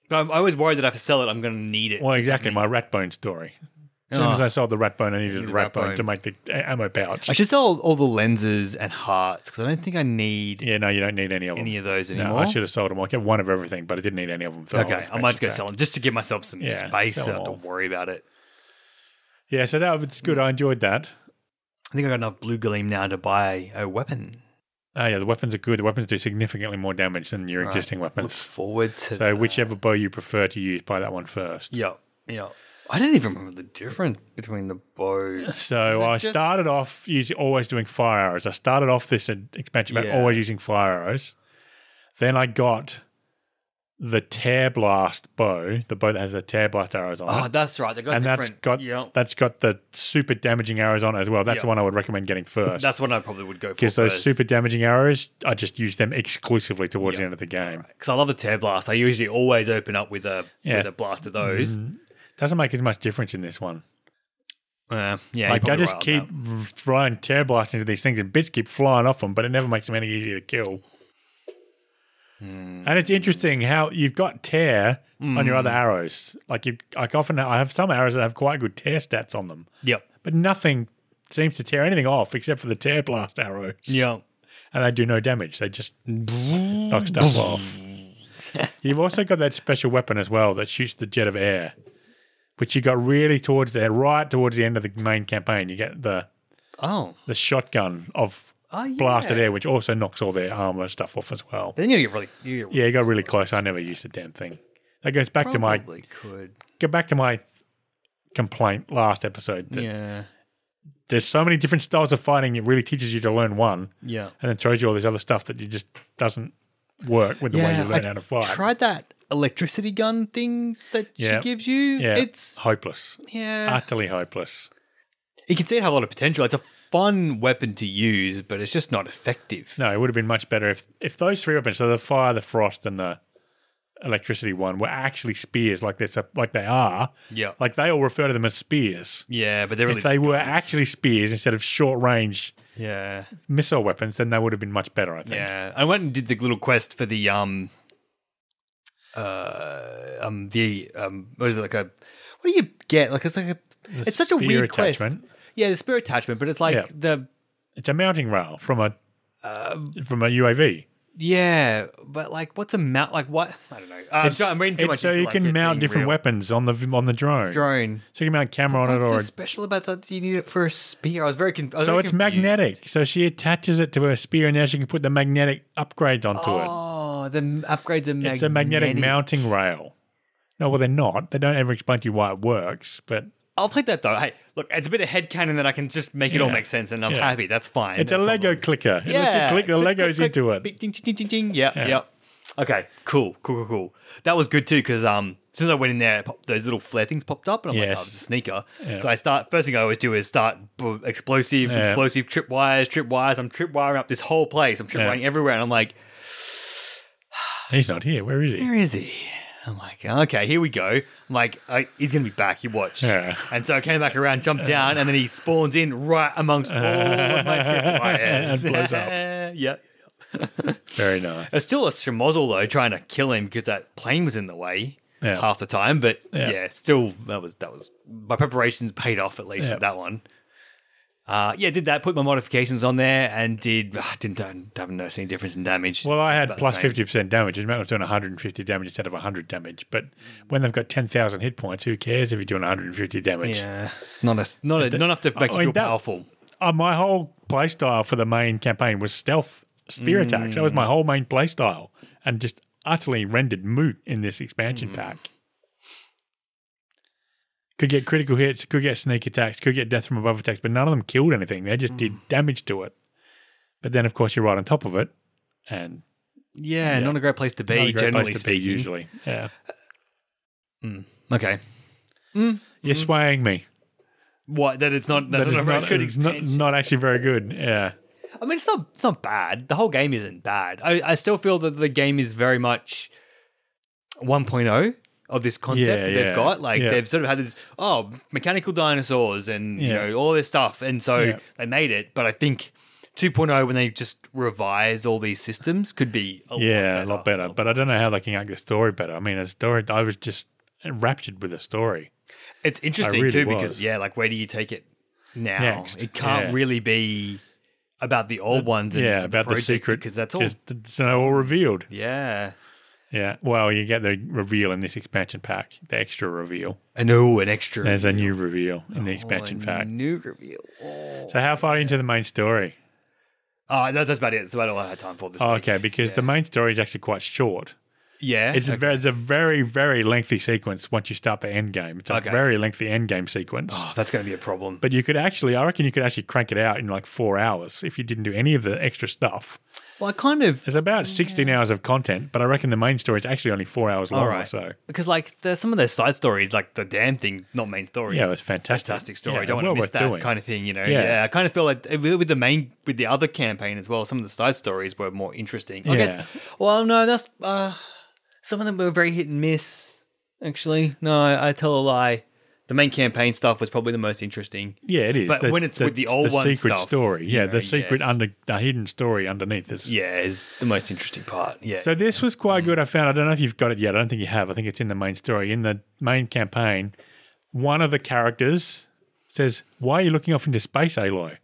S1: But I'm always worried that if I sell it, I'm gonna need it.
S2: Well, exactly. My rat bone story. As soon as I sold the rat bone, I needed a
S1: the
S2: rat
S1: rat
S2: bone
S1: bone.
S2: to make the a- ammo pouch.
S1: I should sell all the lenses and hearts because I don't think I need
S2: Yeah, no, you don't need any of them.
S1: any of those
S2: no,
S1: anymore.
S2: I should have sold them. I kept one of everything, but I didn't need any of them. for the whole
S1: Okay, I might just go
S2: expansion
S1: sell them just to give myself some
S2: Yeah,
S1: space.
S2: sell
S1: So I don't
S2: them
S1: have to
S2: all.
S1: worry about it.
S2: pack. Yeah, so that was
S1: Mm.
S2: good. I enjoyed that.
S1: I think I got enough blue gleam now to buy a weapon.
S2: Oh, yeah, the weapons are good. The weapons do significantly more damage than your existing
S1: Look
S2: weapons.
S1: forward to
S2: So, whichever bow you prefer to use, buy that one first.
S1: Yeah, yeah. I don't even remember the difference between the [laughs] bows.
S2: [laughs] So
S1: it
S2: I
S1: just-
S2: started off using always doing fire arrows. I started off this uh, expansion pack
S1: Yeah.
S2: always using fire arrows. Then I got the tear blast bow, the bow that has the tear blast arrows on
S1: Oh,
S2: it,
S1: that's right. They got
S2: and that's
S1: different.
S2: got
S1: yeah.
S2: that's got the super damaging arrows on it as well. That's
S1: Yeah.
S2: the one I would recommend getting first
S1: That's what I probably would go for.
S2: because those
S1: first.
S2: super damaging arrows, I just use them exclusively towards the end of the game.
S1: Because I love a tear blast. I usually always open up with a
S2: Yeah.
S1: with a blast of those.
S2: Doesn't make as much difference in this one.
S1: Uh, yeah, you're
S2: Mm-hmm. Like I
S1: probably
S2: just
S1: right on
S2: keep
S1: that.
S2: throwing tear blasts into these things, and bits keep flying off them, but it never makes them any easier to kill.
S1: Hmm.
S2: And it's interesting how you've got tear on your other arrows. Like you, like often I have some arrows that have quite good tear stats on them,
S1: Yep.
S2: but nothing seems to tear anything off except for the tear blast arrows.
S1: Yeah.
S2: and they do no damage; they just knock
S1: [laughs]
S2: stuff off. You've also got that special weapon as well that shoots the jet of air, which you got really towards there, right towards the end of the main campaign. You get the
S1: Oh.
S2: the shotgun of
S1: Oh, yeah.
S2: blasted air, which also knocks all their armor and stuff off as well.
S1: Then you get really. You get
S2: Yeah, you got really close. I never used the damn thing. That goes back to my
S1: Probably could.
S2: go back to my complaint last episode. That
S1: Yeah.
S2: There's so many different styles of fighting. It really teaches you to learn one,
S1: Yeah.
S2: and then throws you all this other stuff that you just doesn't work with the way you learn how to fight.
S1: Tried that electricity gun thing that
S2: Yeah.
S1: she gives you.
S2: yeah,
S1: It's
S2: hopeless,
S1: yeah.
S2: utterly hopeless.
S1: you can see it have a lot of potential. It's a fun weapon to use, but it's just not effective.
S2: No, it would have been much better if if those three weapons, so the fire, the frost, and the electricity one were actually spears, like they're sup- like they are.
S1: Yeah.
S2: Like they all refer to them as spears.
S1: yeah, but they're really
S2: If they were
S1: just-
S2: actually spears instead of short range
S1: yeah,
S2: missile weapons, then they would have been much better. I think.
S1: yeah. I went and did the little quest for the um, uh, um, the um, what is it like a? What do you get? Like it's like a. it's such a
S2: spear
S1: weird
S2: attachment.
S1: quest. Yeah, the spear attachment, but it's like
S2: Yeah.
S1: the
S2: It's a mounting rail from a
S1: Um,
S2: from a UAV.
S1: yeah, but like what's a mount? Like what? I don't know. Uh, I'm,
S2: It's-
S1: sorry, I'm reading too
S2: it's
S1: much.
S2: So
S1: into,
S2: you
S1: like,
S2: can
S1: it
S2: mount
S1: being
S2: different
S1: real.
S2: weapons on the on the drone.
S1: Drone.
S2: So you can mount camera on it,
S1: What's so
S2: or
S1: special about that? Do you need it for a spear? I was very confused.
S2: so it's magnetic. So she attaches it to her spear, and now she can put the magnetic upgrades onto it.
S1: Oh, the m- upgrades are magnetic.
S2: It's a magnetic mounting rail. No, well they're not. They don't ever explain to you why it works, but
S1: I'll take that though. Hey, look, it's a bit of headcanon that I can just make it all
S2: Yeah.
S1: make sense and I'm
S2: Yeah.
S1: happy. That's fine.
S2: it's
S1: No
S2: a
S1: problem.
S2: Lego clicker. It lets you
S1: Yeah.
S2: click the
S1: Click,
S2: Legos
S1: click, click.
S2: into it.
S1: Bing, ding, ding, ding, ding, ding. Yep, yep. Okay, cool, cool, cool, cool. That was good too because um, as soon as I went in there, it pop- those little flare things popped up, and I'm like,
S2: Yes.
S1: "Oh, it's a sneaker."
S2: Yeah.
S1: So I start. First thing I always do is start boom, explosive,
S2: Yeah.
S1: explosive tripwires, tripwires. I'm tripwiring up this whole place. I'm tripwiring everywhere, and I'm like,
S2: He's not here. Where is he?
S1: where is he? I'm like, okay, here we go. I'm like, I, he's gonna be back. You watch.
S2: Yeah.
S1: And so I came back around, jumped down, and then he spawns in right
S2: [laughs]
S1: amongst all of my tripwires.
S2: And blows up.
S1: [laughs] yeah.
S2: Very nice.
S1: It's still a schmozzle though, trying to kill him because that plane was in the way
S2: Yeah.
S1: half the time. But yeah.
S2: Yeah.
S1: still that was that was my preparations paid off at least
S2: Yeah.
S1: with that one. Uh, yeah, did that. Put my modifications on there, and did [sighs] ah, didn't don't- haven't noticed any difference in damage.
S2: Well, I
S1: It's
S2: had
S1: about the
S2: plus
S1: same.
S2: fifty percent damage. It meant I was doing one hundred and fifty damage instead of hundred damage. But when they've got ten thousand hit points, who cares if you're doing one hundred and fifty damage?
S1: Yeah, it's not a not a, not enough to make you
S2: I mean,
S1: feel
S2: that-
S1: powerful.
S2: uh, my whole playstyle for the main campaign was stealth
S1: Mm.
S2: spear attacks. That was my whole main playstyle, and just utterly rendered moot in this expansion
S1: Mm.
S2: pack. Could get critical hits, could get sneak attacks, could get death from above attacks, but none of them killed anything. They just
S1: Mm.
S2: did damage to it. But then, of course, you're right on top of it, and
S1: Yeah, not a great place to be.
S2: not a great place
S1: generally
S2: to be
S1: speaking,
S2: usually, yeah.
S1: okay.
S2: You're swaying me.
S1: What that it's not Mm. that's
S2: That is
S1: not a very
S2: not,
S1: good
S2: it's not,
S1: expansion.
S2: not actually very good. Yeah,
S1: I mean, it's not it's not bad. The whole game isn't bad. I, I still feel that the game is very much 1.0 of this concept
S2: Yeah,
S1: that
S2: yeah,
S1: they've got. Like
S2: yeah.
S1: they've sort of had this oh mechanical dinosaurs and
S2: Yeah.
S1: you know all this stuff, and so
S2: Yeah.
S1: they made it. But I think 2.0 when they just revise all these systems could be a
S2: yeah, a
S1: lot
S2: lot better. But I don't know how they can make the story better. I mean, a story. I was just enraptured with the story.
S1: It's interesting
S2: really
S1: too because
S2: was.
S1: yeah, like where do you take it now?
S2: Next,
S1: It can't
S2: yeah.
S1: really be about the old ones. And
S2: yeah, about the,
S1: project
S2: secret
S1: because that's all.
S2: It's not all revealed.
S1: Yeah,
S2: Yeah. Well, you get the reveal in this expansion pack. The extra reveal.
S1: and oh, an extra
S2: There's a new reveal in the expansion
S1: Oh, a
S2: pack.
S1: New reveal. Oh,
S2: So how far into the main story?
S1: Oh, that, that's about it. That's about all I had time for this
S2: Oh,
S1: week.
S2: okay, because the main story is actually quite short.
S1: Yeah.
S2: It's, a very, it's a very, very lengthy sequence once you start the end game. It's a
S1: Okay.
S2: very lengthy end game sequence.
S1: [laughs] oh, that's going to be a problem.
S2: But you could actually, I reckon you could actually crank it out in like four hours if you didn't do any of the extra stuff.
S1: well, I kind of.
S2: There's about 16 hours of content, but I reckon the main story is actually only four hours long
S1: All
S2: or
S1: right.
S2: so.
S1: Because, like, there's some of their side stories, like the damn thing, not main story.
S2: Yeah, it was fantastic.
S1: Fantastic story.
S2: Yeah,
S1: Don't want
S2: well
S1: to miss
S2: worth
S1: that
S2: doing.
S1: kind of thing, you know. Yeah.
S2: Yeah.
S1: I kind of feel like with with the main, with the other campaign as well, some of the side stories were more interesting. I
S2: Yeah.
S1: guess. Well, no, that's uh, some of them were very hit and miss. Actually, no, I, I tell a lie. The main campaign stuff was probably the most interesting.
S2: Yeah, it is.
S1: But when it's with the old
S2: the
S1: one
S2: secret
S1: stuff,
S2: story.
S1: you
S2: Yeah,
S1: know,
S2: the secret
S1: yes.
S2: under the hidden story underneath is.
S1: Yeah, Mm. is the most interesting part. Yeah.
S2: So this was quite good. I found. I don't know if you've got it yet. I don't think you have. I think it's in the main story. In the main campaign, one of the characters says, "Why are you looking off into space, Aloy?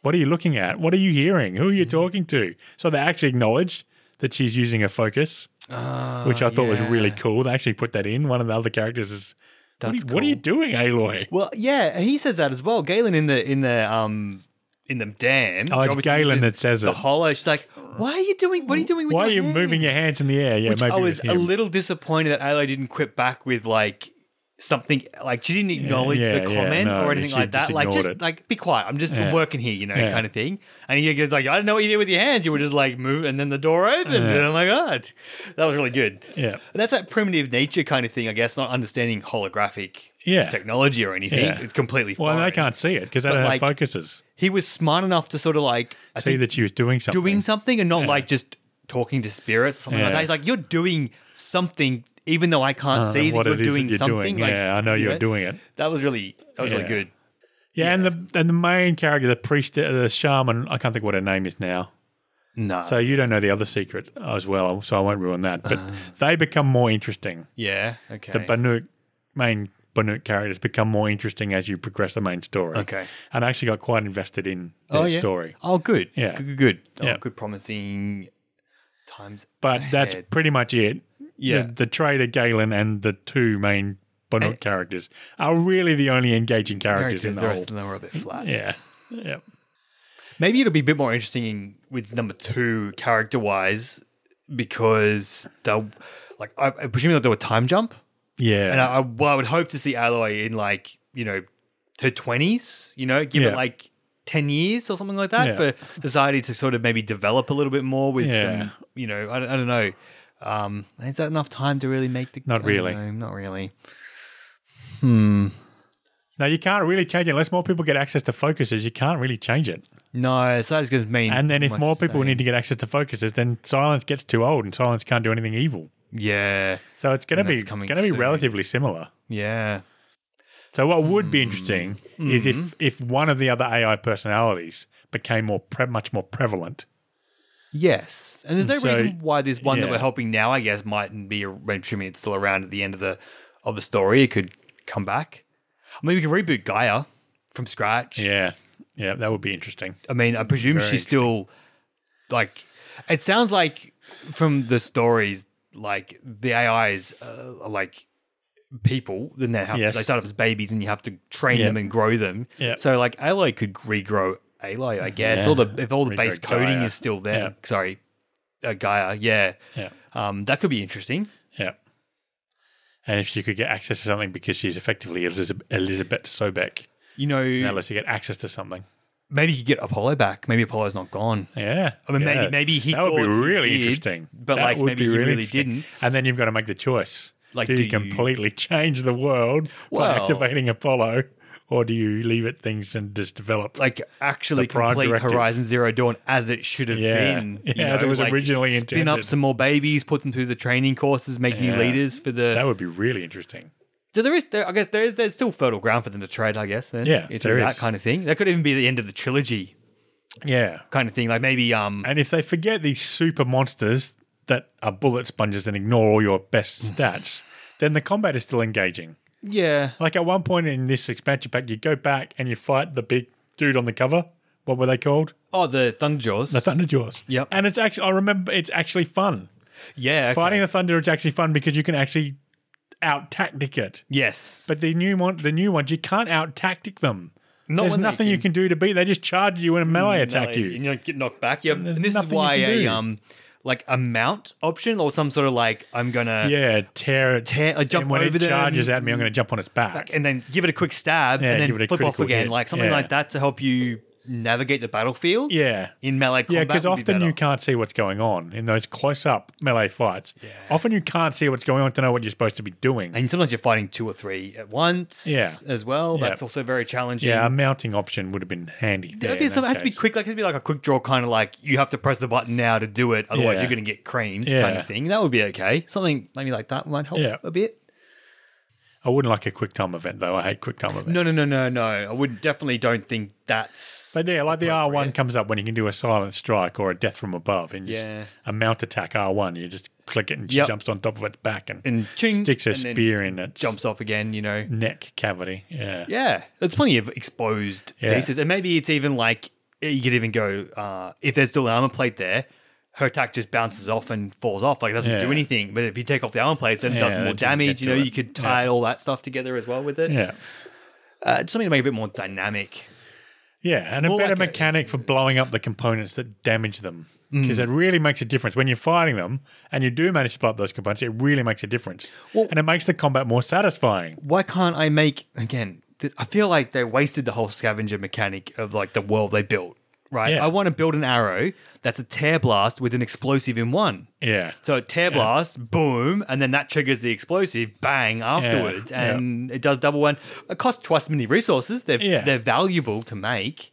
S2: What are you looking at? What are you hearing? Who are
S1: Mm.
S2: you talking to?" So they actually acknowledge that she's using her focus,
S1: Oh,
S2: which I thought was really cool. They actually put that in. One of the other characters is, "What, are you,
S1: That's
S2: what are you doing, Aloy?"
S1: Well, yeah, he says that as well. Galen in the in the um in the dam.
S2: Oh, it's
S1: obviously
S2: Galen
S1: in
S2: that says
S1: The
S2: it.
S1: hollow. She's like, "Why are you doing? What are you doing? With
S2: Why are
S1: your
S2: you
S1: hand?"
S2: moving your hands in the air? Yeah,
S1: Which
S2: maybe
S1: I
S2: it
S1: was a
S2: him.
S1: little disappointed that Aloy didn't quit back with like something like she didn't acknowledge
S2: yeah,
S1: the
S2: yeah,
S1: comment
S2: no,
S1: or anything
S2: she
S1: like that.
S2: just
S1: Like
S2: ignored
S1: just
S2: it.
S1: like be quiet. I'm just
S2: Yeah.
S1: working here, you know,
S2: Yeah.
S1: kind of thing. And he goes like, "I don't know what you did with your hands. You were just like move, and then the door opened.
S2: Yeah.
S1: Oh my god, that was really good.
S2: Yeah.
S1: And that's that primitive nature kind of thing, I guess. Not understanding holographic
S2: Yeah.
S1: technology or anything.
S2: Yeah.
S1: It's completely
S2: Well, they
S1: foreign.
S2: can't see it because they
S1: But,
S2: don't
S1: like,
S2: have focuses.
S1: He was smart enough to sort of like I
S2: see
S1: think
S2: that she was doing something.
S1: doing something and not like just talking to spirits, something
S2: Yeah.
S1: like that. He's like, you're doing something, even though I can't
S2: Uh,
S1: see that
S2: what
S1: you're
S2: it is that
S1: doing
S2: you're
S1: something.
S2: doing.
S1: Like,
S2: yeah, I know
S1: you
S2: you're doing it.
S1: That was really, that was really
S2: Yeah.
S1: good.
S2: Yeah, and the and the main character, the priest, uh, the shaman. I can't think what her name is now.
S1: No,
S2: So you don't know the other secret as well, so I won't ruin that. But
S1: Uh.
S2: they become more interesting.
S1: yeah, okay,
S2: The Banuk main Banuk characters become more interesting as you progress the main story.
S1: okay.
S2: and I actually got quite invested in the
S1: yeah.
S2: story.
S1: Oh, good.
S2: Yeah.
S1: good, good, good. Oh,
S2: Yeah.
S1: good, promising times.
S2: But that's
S1: Ahead.
S2: pretty much it.
S1: Yeah. Eh.
S2: the, the trader Galen and the two main Banuk characters are really the only engaging characters,
S1: Characters,
S2: in
S1: the,
S2: the
S1: rest of
S2: whole.
S1: them were a bit flat.
S2: Yeah, yeah.
S1: Maybe it'll be a bit more interesting with number two character wise because they'll like I, I presume that there were time jump,
S2: Yeah,
S1: and I, I, well, I would hope to see Aloy in like you know her twenties, you know, give
S2: Yeah.
S1: it like ten years or something like that
S2: Yeah.
S1: for society to sort of maybe develop a little bit more with
S2: Yeah.
S1: some, you know, I, don't- I don't know. Um, is that enough time to really make the?
S2: Not
S1: I don't
S2: really.
S1: know, not really.
S2: Now you can't really change it unless more people get access to focuses. You can't really change it.
S1: No, so that's going to mean.
S2: And then if
S1: Hmm. much
S2: more
S1: the
S2: people
S1: same.
S2: need to get access to focuses, then silence gets too old, and silence can't do anything evil.
S1: yeah,
S2: So it's going to
S1: And
S2: be
S1: that's coming
S2: going to be
S1: soon.
S2: relatively similar.
S1: yeah,
S2: So what would
S1: Hmm.
S2: be interesting is if if one of the other AI personalities became more pre- much more prevalent.
S1: Yes, and there's no
S2: So,
S1: reason why this one that
S2: yeah.
S1: we're helping now, I guess, mightn't be. a- Assuming it's still around at the end of the of the story, it could come back. I mean, we can reboot Gaia from scratch.
S2: Yeah, yeah, that would be interesting.
S1: I mean, I presume
S2: Very
S1: she's still like. It sounds like from the stories, like the AIs uh, are like people. Then they have
S2: Yes.
S1: they start up as babies, and you have to train
S2: Yeah.
S1: them and grow them.
S2: Yeah.
S1: So like Aloy could regrow Aloy, I guess.
S2: Yeah.
S1: All the if all the
S2: Regrow
S1: base coding
S2: Gaia.
S1: is still there.
S2: Yeah.
S1: Sorry, uh, Gaia. Yeah.
S2: Yeah,
S1: Um, that could be interesting.
S2: yeah. And if she could get access to something because she's effectively Elizabeth, Elizabeth Sobek,
S1: You know,
S2: now lets her get access to something.
S1: maybe you could get Apollo back. Maybe Apollo's not gone.
S2: Yeah.
S1: I mean, maybe-
S2: yeah.
S1: maybe he
S2: That would be
S1: thought he
S2: really
S1: did,
S2: interesting.
S1: but,
S2: That
S1: like,
S2: would
S1: maybe
S2: be
S1: he really
S2: interesting.
S1: didn't.
S2: And then you've got to make the choice.
S1: Like,
S2: do,
S1: do
S2: you
S1: you-
S2: completely change the world by
S1: Well-
S2: activating Apollo, or do you leave it things and just develop?
S1: Like actually
S2: The prime
S1: complete
S2: directive.
S1: Horizon Zero Dawn as it should have
S2: Yeah.
S1: been.
S2: [laughs] Yeah, as it was originally
S1: spin up
S2: intended.
S1: some more babies, put them through the training courses, make
S2: Yeah.
S1: new leaders for the.
S2: that would be really interesting.
S1: so there is, there, I guess, there is, there's still fertile ground for them to trade. I guess then,
S2: Yeah,
S1: it's
S2: there
S1: that
S2: is.
S1: kind of thing. That could even be the end of the trilogy
S2: Yeah.
S1: kind of thing. Like maybe, um,
S2: And if they forget these super monsters that are bullet sponges and ignore all your
S1: Mm.
S2: best stats, then the combat is still engaging.
S1: yeah,
S2: Like at one point in this expansion pack, you go back and you fight the big dude on the cover. What were they called?
S1: oh, the Thunderjaws,
S2: The Thunderjaws.
S1: Yep.
S2: And it's actually, I remember, it's actually fun.
S1: yeah, okay.
S2: Fighting the Thunder is actually fun because you can actually out tactic it.
S1: yes,
S2: But the new one, the new ones, you can't out tactic them.
S1: Not
S2: There's
S1: when they
S2: nothing you
S1: can- Mm,
S2: can do to beat. They just charge you and melee attack
S1: melee,
S2: you.
S1: And you get knocked back. Yep. And,
S2: there's
S1: this is
S2: nothing you
S1: why
S2: can
S1: a
S2: do.
S1: um like a mount option or some sort of like I'm gonna
S2: Yeah, tear it.
S1: tear I jump
S2: and when
S1: over
S2: it
S1: them
S2: charges at me, I'm going to jump on its back.
S1: and then give it a quick stab
S2: Yeah,
S1: and
S2: give it a
S1: then flip off
S2: critical
S1: again,
S2: hit.
S1: like something
S2: Yeah.
S1: like that to help you navigate the battlefield.
S2: Yeah.
S1: In melee combat.
S2: Yeah, because
S1: would be
S2: often
S1: better.
S2: you can't see what's going on in those close-up melee fights. Often you can't see what's going on to know what you're supposed to be doing.
S1: and sometimes you're fighting two or three at once
S2: Yeah.
S1: as well.
S2: Yeah.
S1: That's also very challenging.
S2: Yeah, a mounting option would have been handy.
S1: That'd
S2: there
S1: be
S2: in
S1: something
S2: that
S1: have to be
S2: case.
S1: quick, like it'd be like a quick draw kind of like you have to press the button now to do it, otherwise
S2: Yeah.
S1: you're gonna get creamed kind
S2: Yeah.
S1: of thing. That would be okay. Something maybe like that might help
S2: Yeah.
S1: a bit.
S2: I wouldn't like a quick time event though. I hate quick time events.
S1: No, no, no, no, no. I would definitely don't think that's.
S2: But yeah, like the R one comes up when you can do a silent strike or a death from above, and just
S1: Yeah.
S2: a mount attack R one. You just click it and she
S1: Yep.
S2: jumps on top of its back and,
S1: And ching,
S2: sticks a
S1: and then
S2: spear in its
S1: jumps off again, you know.
S2: neck cavity. Yeah,
S1: Yeah, there's plenty of exposed
S2: Yeah.
S1: pieces, and maybe it's even like you could even go uh, if there's still an armor plate there. Her attack just bounces off and falls off, like it doesn't
S2: Yeah.
S1: do anything. But if you take off the armor plates, then it does
S2: Yeah,
S1: more
S2: it doesn't get
S1: damage. You
S2: to
S1: know,
S2: it.
S1: you could tie all that stuff together as well with it.
S2: yeah.
S1: Uh, it's something to make it a bit more dynamic.
S2: Yeah, and a
S1: More
S2: better
S1: like a-
S2: mechanic for blowing up the components that damage them. Because
S1: Mm.
S2: it really makes a difference. When you're fighting them and you do manage to blow up those components, it really makes a difference.
S1: Well-
S2: and it makes the combat more satisfying.
S1: why can't I make again? Th- I feel like they wasted the whole scavenger mechanic of like the world they built. Right,
S2: Yeah.
S1: I want to build an arrow that's a tear blast with an explosive in one.
S2: Yeah.
S1: So a tear blast, boom, and then that triggers the explosive, bang, afterwards,
S2: Yeah.
S1: and it does double one. It costs twice as many resources. They're
S2: Yeah.
S1: they're valuable to make,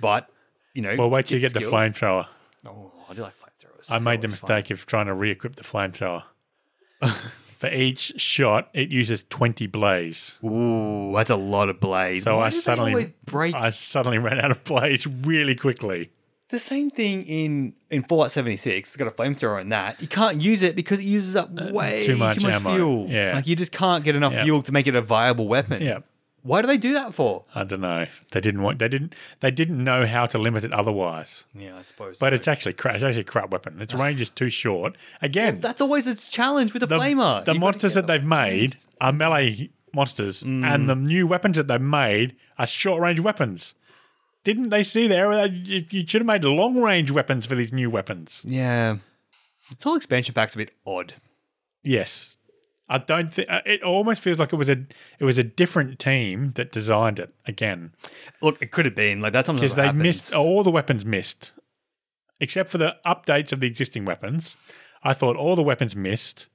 S1: but you know.
S2: Well, wait till you
S1: it's
S2: get the
S1: skills.
S2: flamethrower.
S1: Oh, I do like flamethrowers. was.
S2: I made the
S1: that was
S2: mistake of trying to re-equip
S1: [laughs]
S2: the flamethrower. For each shot, it uses twenty blaze.
S1: fun. Ooh, that's a lot of blades.
S2: So
S1: Why
S2: I
S1: do they
S2: suddenly-
S1: always break
S2: I suddenly ran out of blaze really quickly.
S1: the same thing in in Fallout 76. It's got a flamethrower in that. You can't use it because it uses up way
S2: Uh, too
S1: too
S2: much
S1: much,
S2: ammo.
S1: fuel.
S2: Yeah.
S1: like you just can't get enough
S2: Yeah.
S1: fuel to make it a viable weapon.
S2: Yeah,
S1: Why do they do that for?
S2: I don't know. They didn't want. They didn't. They didn't know how to limit it otherwise.
S1: Yeah, I suppose.
S2: But it's actually crap. It's actually a crap weapon. Its range is too short. Again,
S1: that's always its challenge with a
S2: the,
S1: flamer.
S2: the
S1: You gotta
S2: monsters
S1: get
S2: that they've made are melee monsters, and the new weapons that they've made are short range weapons. Didn't they see the error? You you should have made long range weapons for these new weapons.
S1: Yeah. This whole expansion pack's a bit odd.
S2: Yes, I don't think it almost feels like it was a it was a different team that designed it again
S1: Look, it could have been like that's something
S2: because they missed all the weapons missed except for the updates of the existing weapons. I thought all the weapons missed.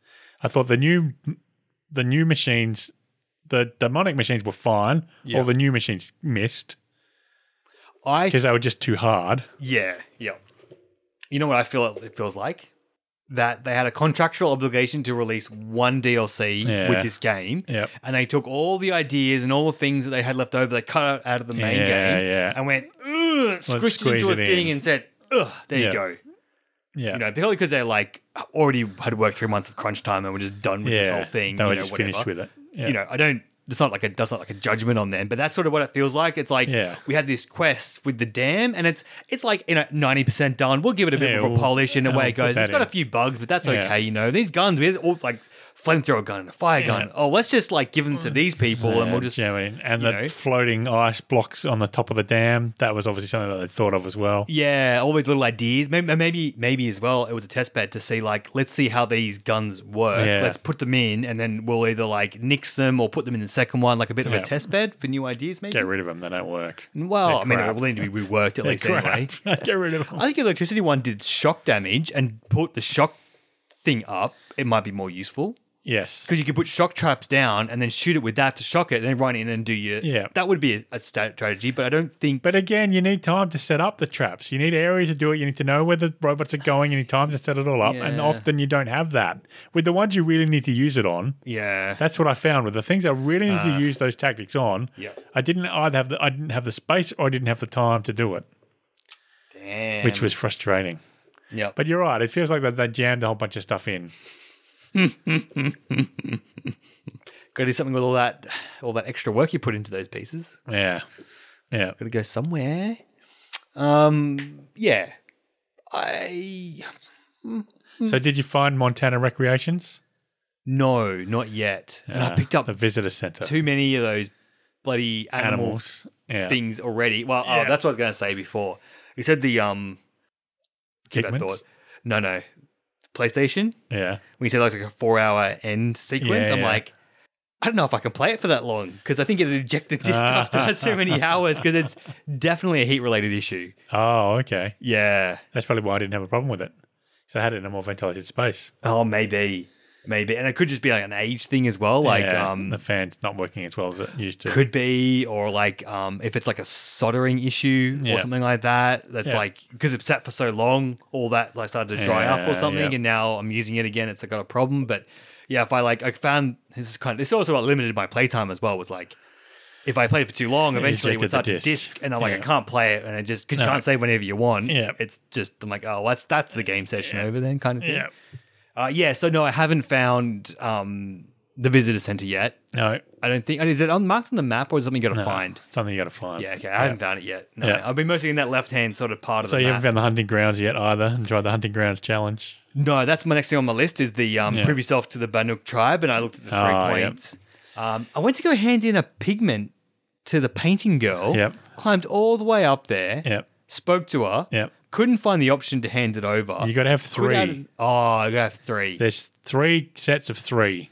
S2: I thought the new the new machines, the demonic machines were fine.
S1: Yeah.
S2: All the new machines missed
S1: I
S2: because they were just too hard.
S1: yeah yeah. You know what I feel it, it feels like that they had a contractual obligation to release one DLC
S2: Yeah.
S1: with this game,
S2: Yep.
S1: and they took all the ideas and all the things that they had left over, they cut it out of the main
S2: Yeah,
S1: game,
S2: yeah.
S1: and went "Ugh," squished it
S2: squeeze
S1: into a
S2: it
S1: thing
S2: in.
S1: and said, "Ugh, there
S2: Yeah.
S1: you go."
S2: Yeah.
S1: You know, probably because they like already had worked three months of crunch time and were just done with this
S2: yeah.
S1: whole thing.
S2: They were
S1: you know,
S2: just
S1: whatever.
S2: finished with it. Yeah.
S1: you know, I don't. It's not like a that's not like a judgment on them, but that's sort of what it feels like. It's like
S2: Yeah.
S1: we had this quest with the dam, and it's it's like you know ninety percent done. We'll give it a bit
S2: Yeah,
S1: of a
S2: we'll-
S1: polish, and
S2: and
S1: away
S2: we'll
S1: it
S2: put
S1: goes. It's
S2: that
S1: got
S2: in.
S1: a few bugs, but that's
S2: Yeah.
S1: okay. You know, these guns we had all like flamethrower gun and a fire gun.
S2: Yeah. Mm.
S1: Oh, let's just like give them to these people, and we'll just yeah.
S2: jam it in. and
S1: you
S2: the
S1: know.
S2: floating ice blocks on the top of the dam. That was obviously something that they thought of as well.
S1: all these little ideas. Maybe, maybe maybe as well. It was a test bed to see like let's see how these guns work.
S2: Yeah.
S1: Let's put them in, and then we'll either like nix them or put them in the second one, like a bit of
S2: Yeah.
S1: a test bed for new ideas. Maybe
S2: Get rid of them; they don't work.
S1: Well, I mean,
S2: crap.
S1: it will need to be reworked at least
S2: Crap.
S1: anyway.
S2: [laughs] Get rid of them.
S1: I think the electricity one did shock damage and put the shock thing up. It might be more useful
S2: Yes,
S1: because you could put shock traps down and then shoot it with that to shock it and then run in and do your.
S2: Yeah.
S1: That would be a, a sta- strategy, but I don't think.
S2: But again, you need time to set up the traps. You need area to do it. You need to know where the robots are going. You need time to set it all up. And
S1: Yeah.
S2: often you don't have that. With the ones you really need to use it on,
S1: yeah.
S2: that's what I found. With the things I really
S1: Ah.
S2: need to use those tactics on,
S1: Yep.
S2: I didn't either have the I didn't have the space or I didn't have the time to do it,
S1: Damn.
S2: which was frustrating.
S1: Yeah. But
S2: But you're right. It feels like that they jammed a whole bunch of stuff in.
S1: got to do something with all that, all that extra work you put into those pieces.
S2: Yeah, yeah.
S1: Got to go somewhere. Um. Yeah. I. Hmm.
S2: So did you find Montana Recreations?
S1: No, not yet. And I
S2: Uh,
S1: picked up
S2: the visitor center
S1: too many of those bloody animal
S2: animals. Yeah,
S1: things already. Well,
S2: Yeah.
S1: oh, that's what I was going to say before. You said the um, keep that
S2: Hickmans?
S1: thought. No, no, PlayStation.
S2: Yeah,
S1: When you said like, like a four-hour end sequence,
S2: Yeah,
S1: I'm
S2: yeah.
S1: like, I don't know if I can play it for that long because I think it'd eject the disc
S2: Ah.
S1: after [laughs] too many hours because
S2: [laughs]
S1: it's definitely a heat-related issue.
S2: Oh, okay.
S1: Yeah.
S2: That's probably why I didn't have a problem with it. So I had it in a more ventilated space.
S1: Oh, maybe, maybe, and it could just be like an age thing as well. Like,
S2: Yeah,
S1: um,
S2: the fan's not working as well as it used to.
S1: could be or like um if it's like a soldering issue
S2: Yeah.
S1: or something like that that's
S2: Yeah.
S1: like because it's sat for so long all that like started to dry up
S2: Yeah,
S1: or something
S2: yeah.
S1: and now i'm using it again it's like, got a problem but yeah if i like i found this is kind of this also what limited my playtime as well was like if i played for too long eventually it
S2: ejected
S1: would start
S2: the
S1: to
S2: disc.
S1: disc and i'm like
S2: Yeah.
S1: i can't play it and it just because you
S2: No.
S1: can't save whenever you want
S2: Yeah.
S1: it's just i'm like oh that's that's the game session over then kind of thing
S2: yeah.
S1: uh, yeah so no i haven't found um the visitor center yet
S2: No.
S1: I don't think. Is it on marked on the map, or is something you got to
S2: no.
S1: find?
S2: Something you got to find.
S1: Yeah, okay. I haven't found it yet. No,
S2: Yeah.
S1: I've been mostly in that left-hand sort of part of
S2: So
S1: the
S2: you
S1: map.
S2: haven't found the hunting grounds yet either. and tried the hunting grounds challenge.
S1: no, that's my next thing on my list is the um,
S2: Yeah.
S1: prove yourself to the Banuk tribe, and I looked at the three
S2: Ah, yep.
S1: points. Um, I went to go hand in a pigment to the painting girl.
S2: Yep.
S1: Climbed all the way up there.
S2: Yep.
S1: Spoke to her.
S2: Yep.
S1: Couldn't find the option to hand it over.
S2: You got to have
S1: Put out
S2: three.
S1: an- Oh, I gotta have three.
S2: There's three sets of three.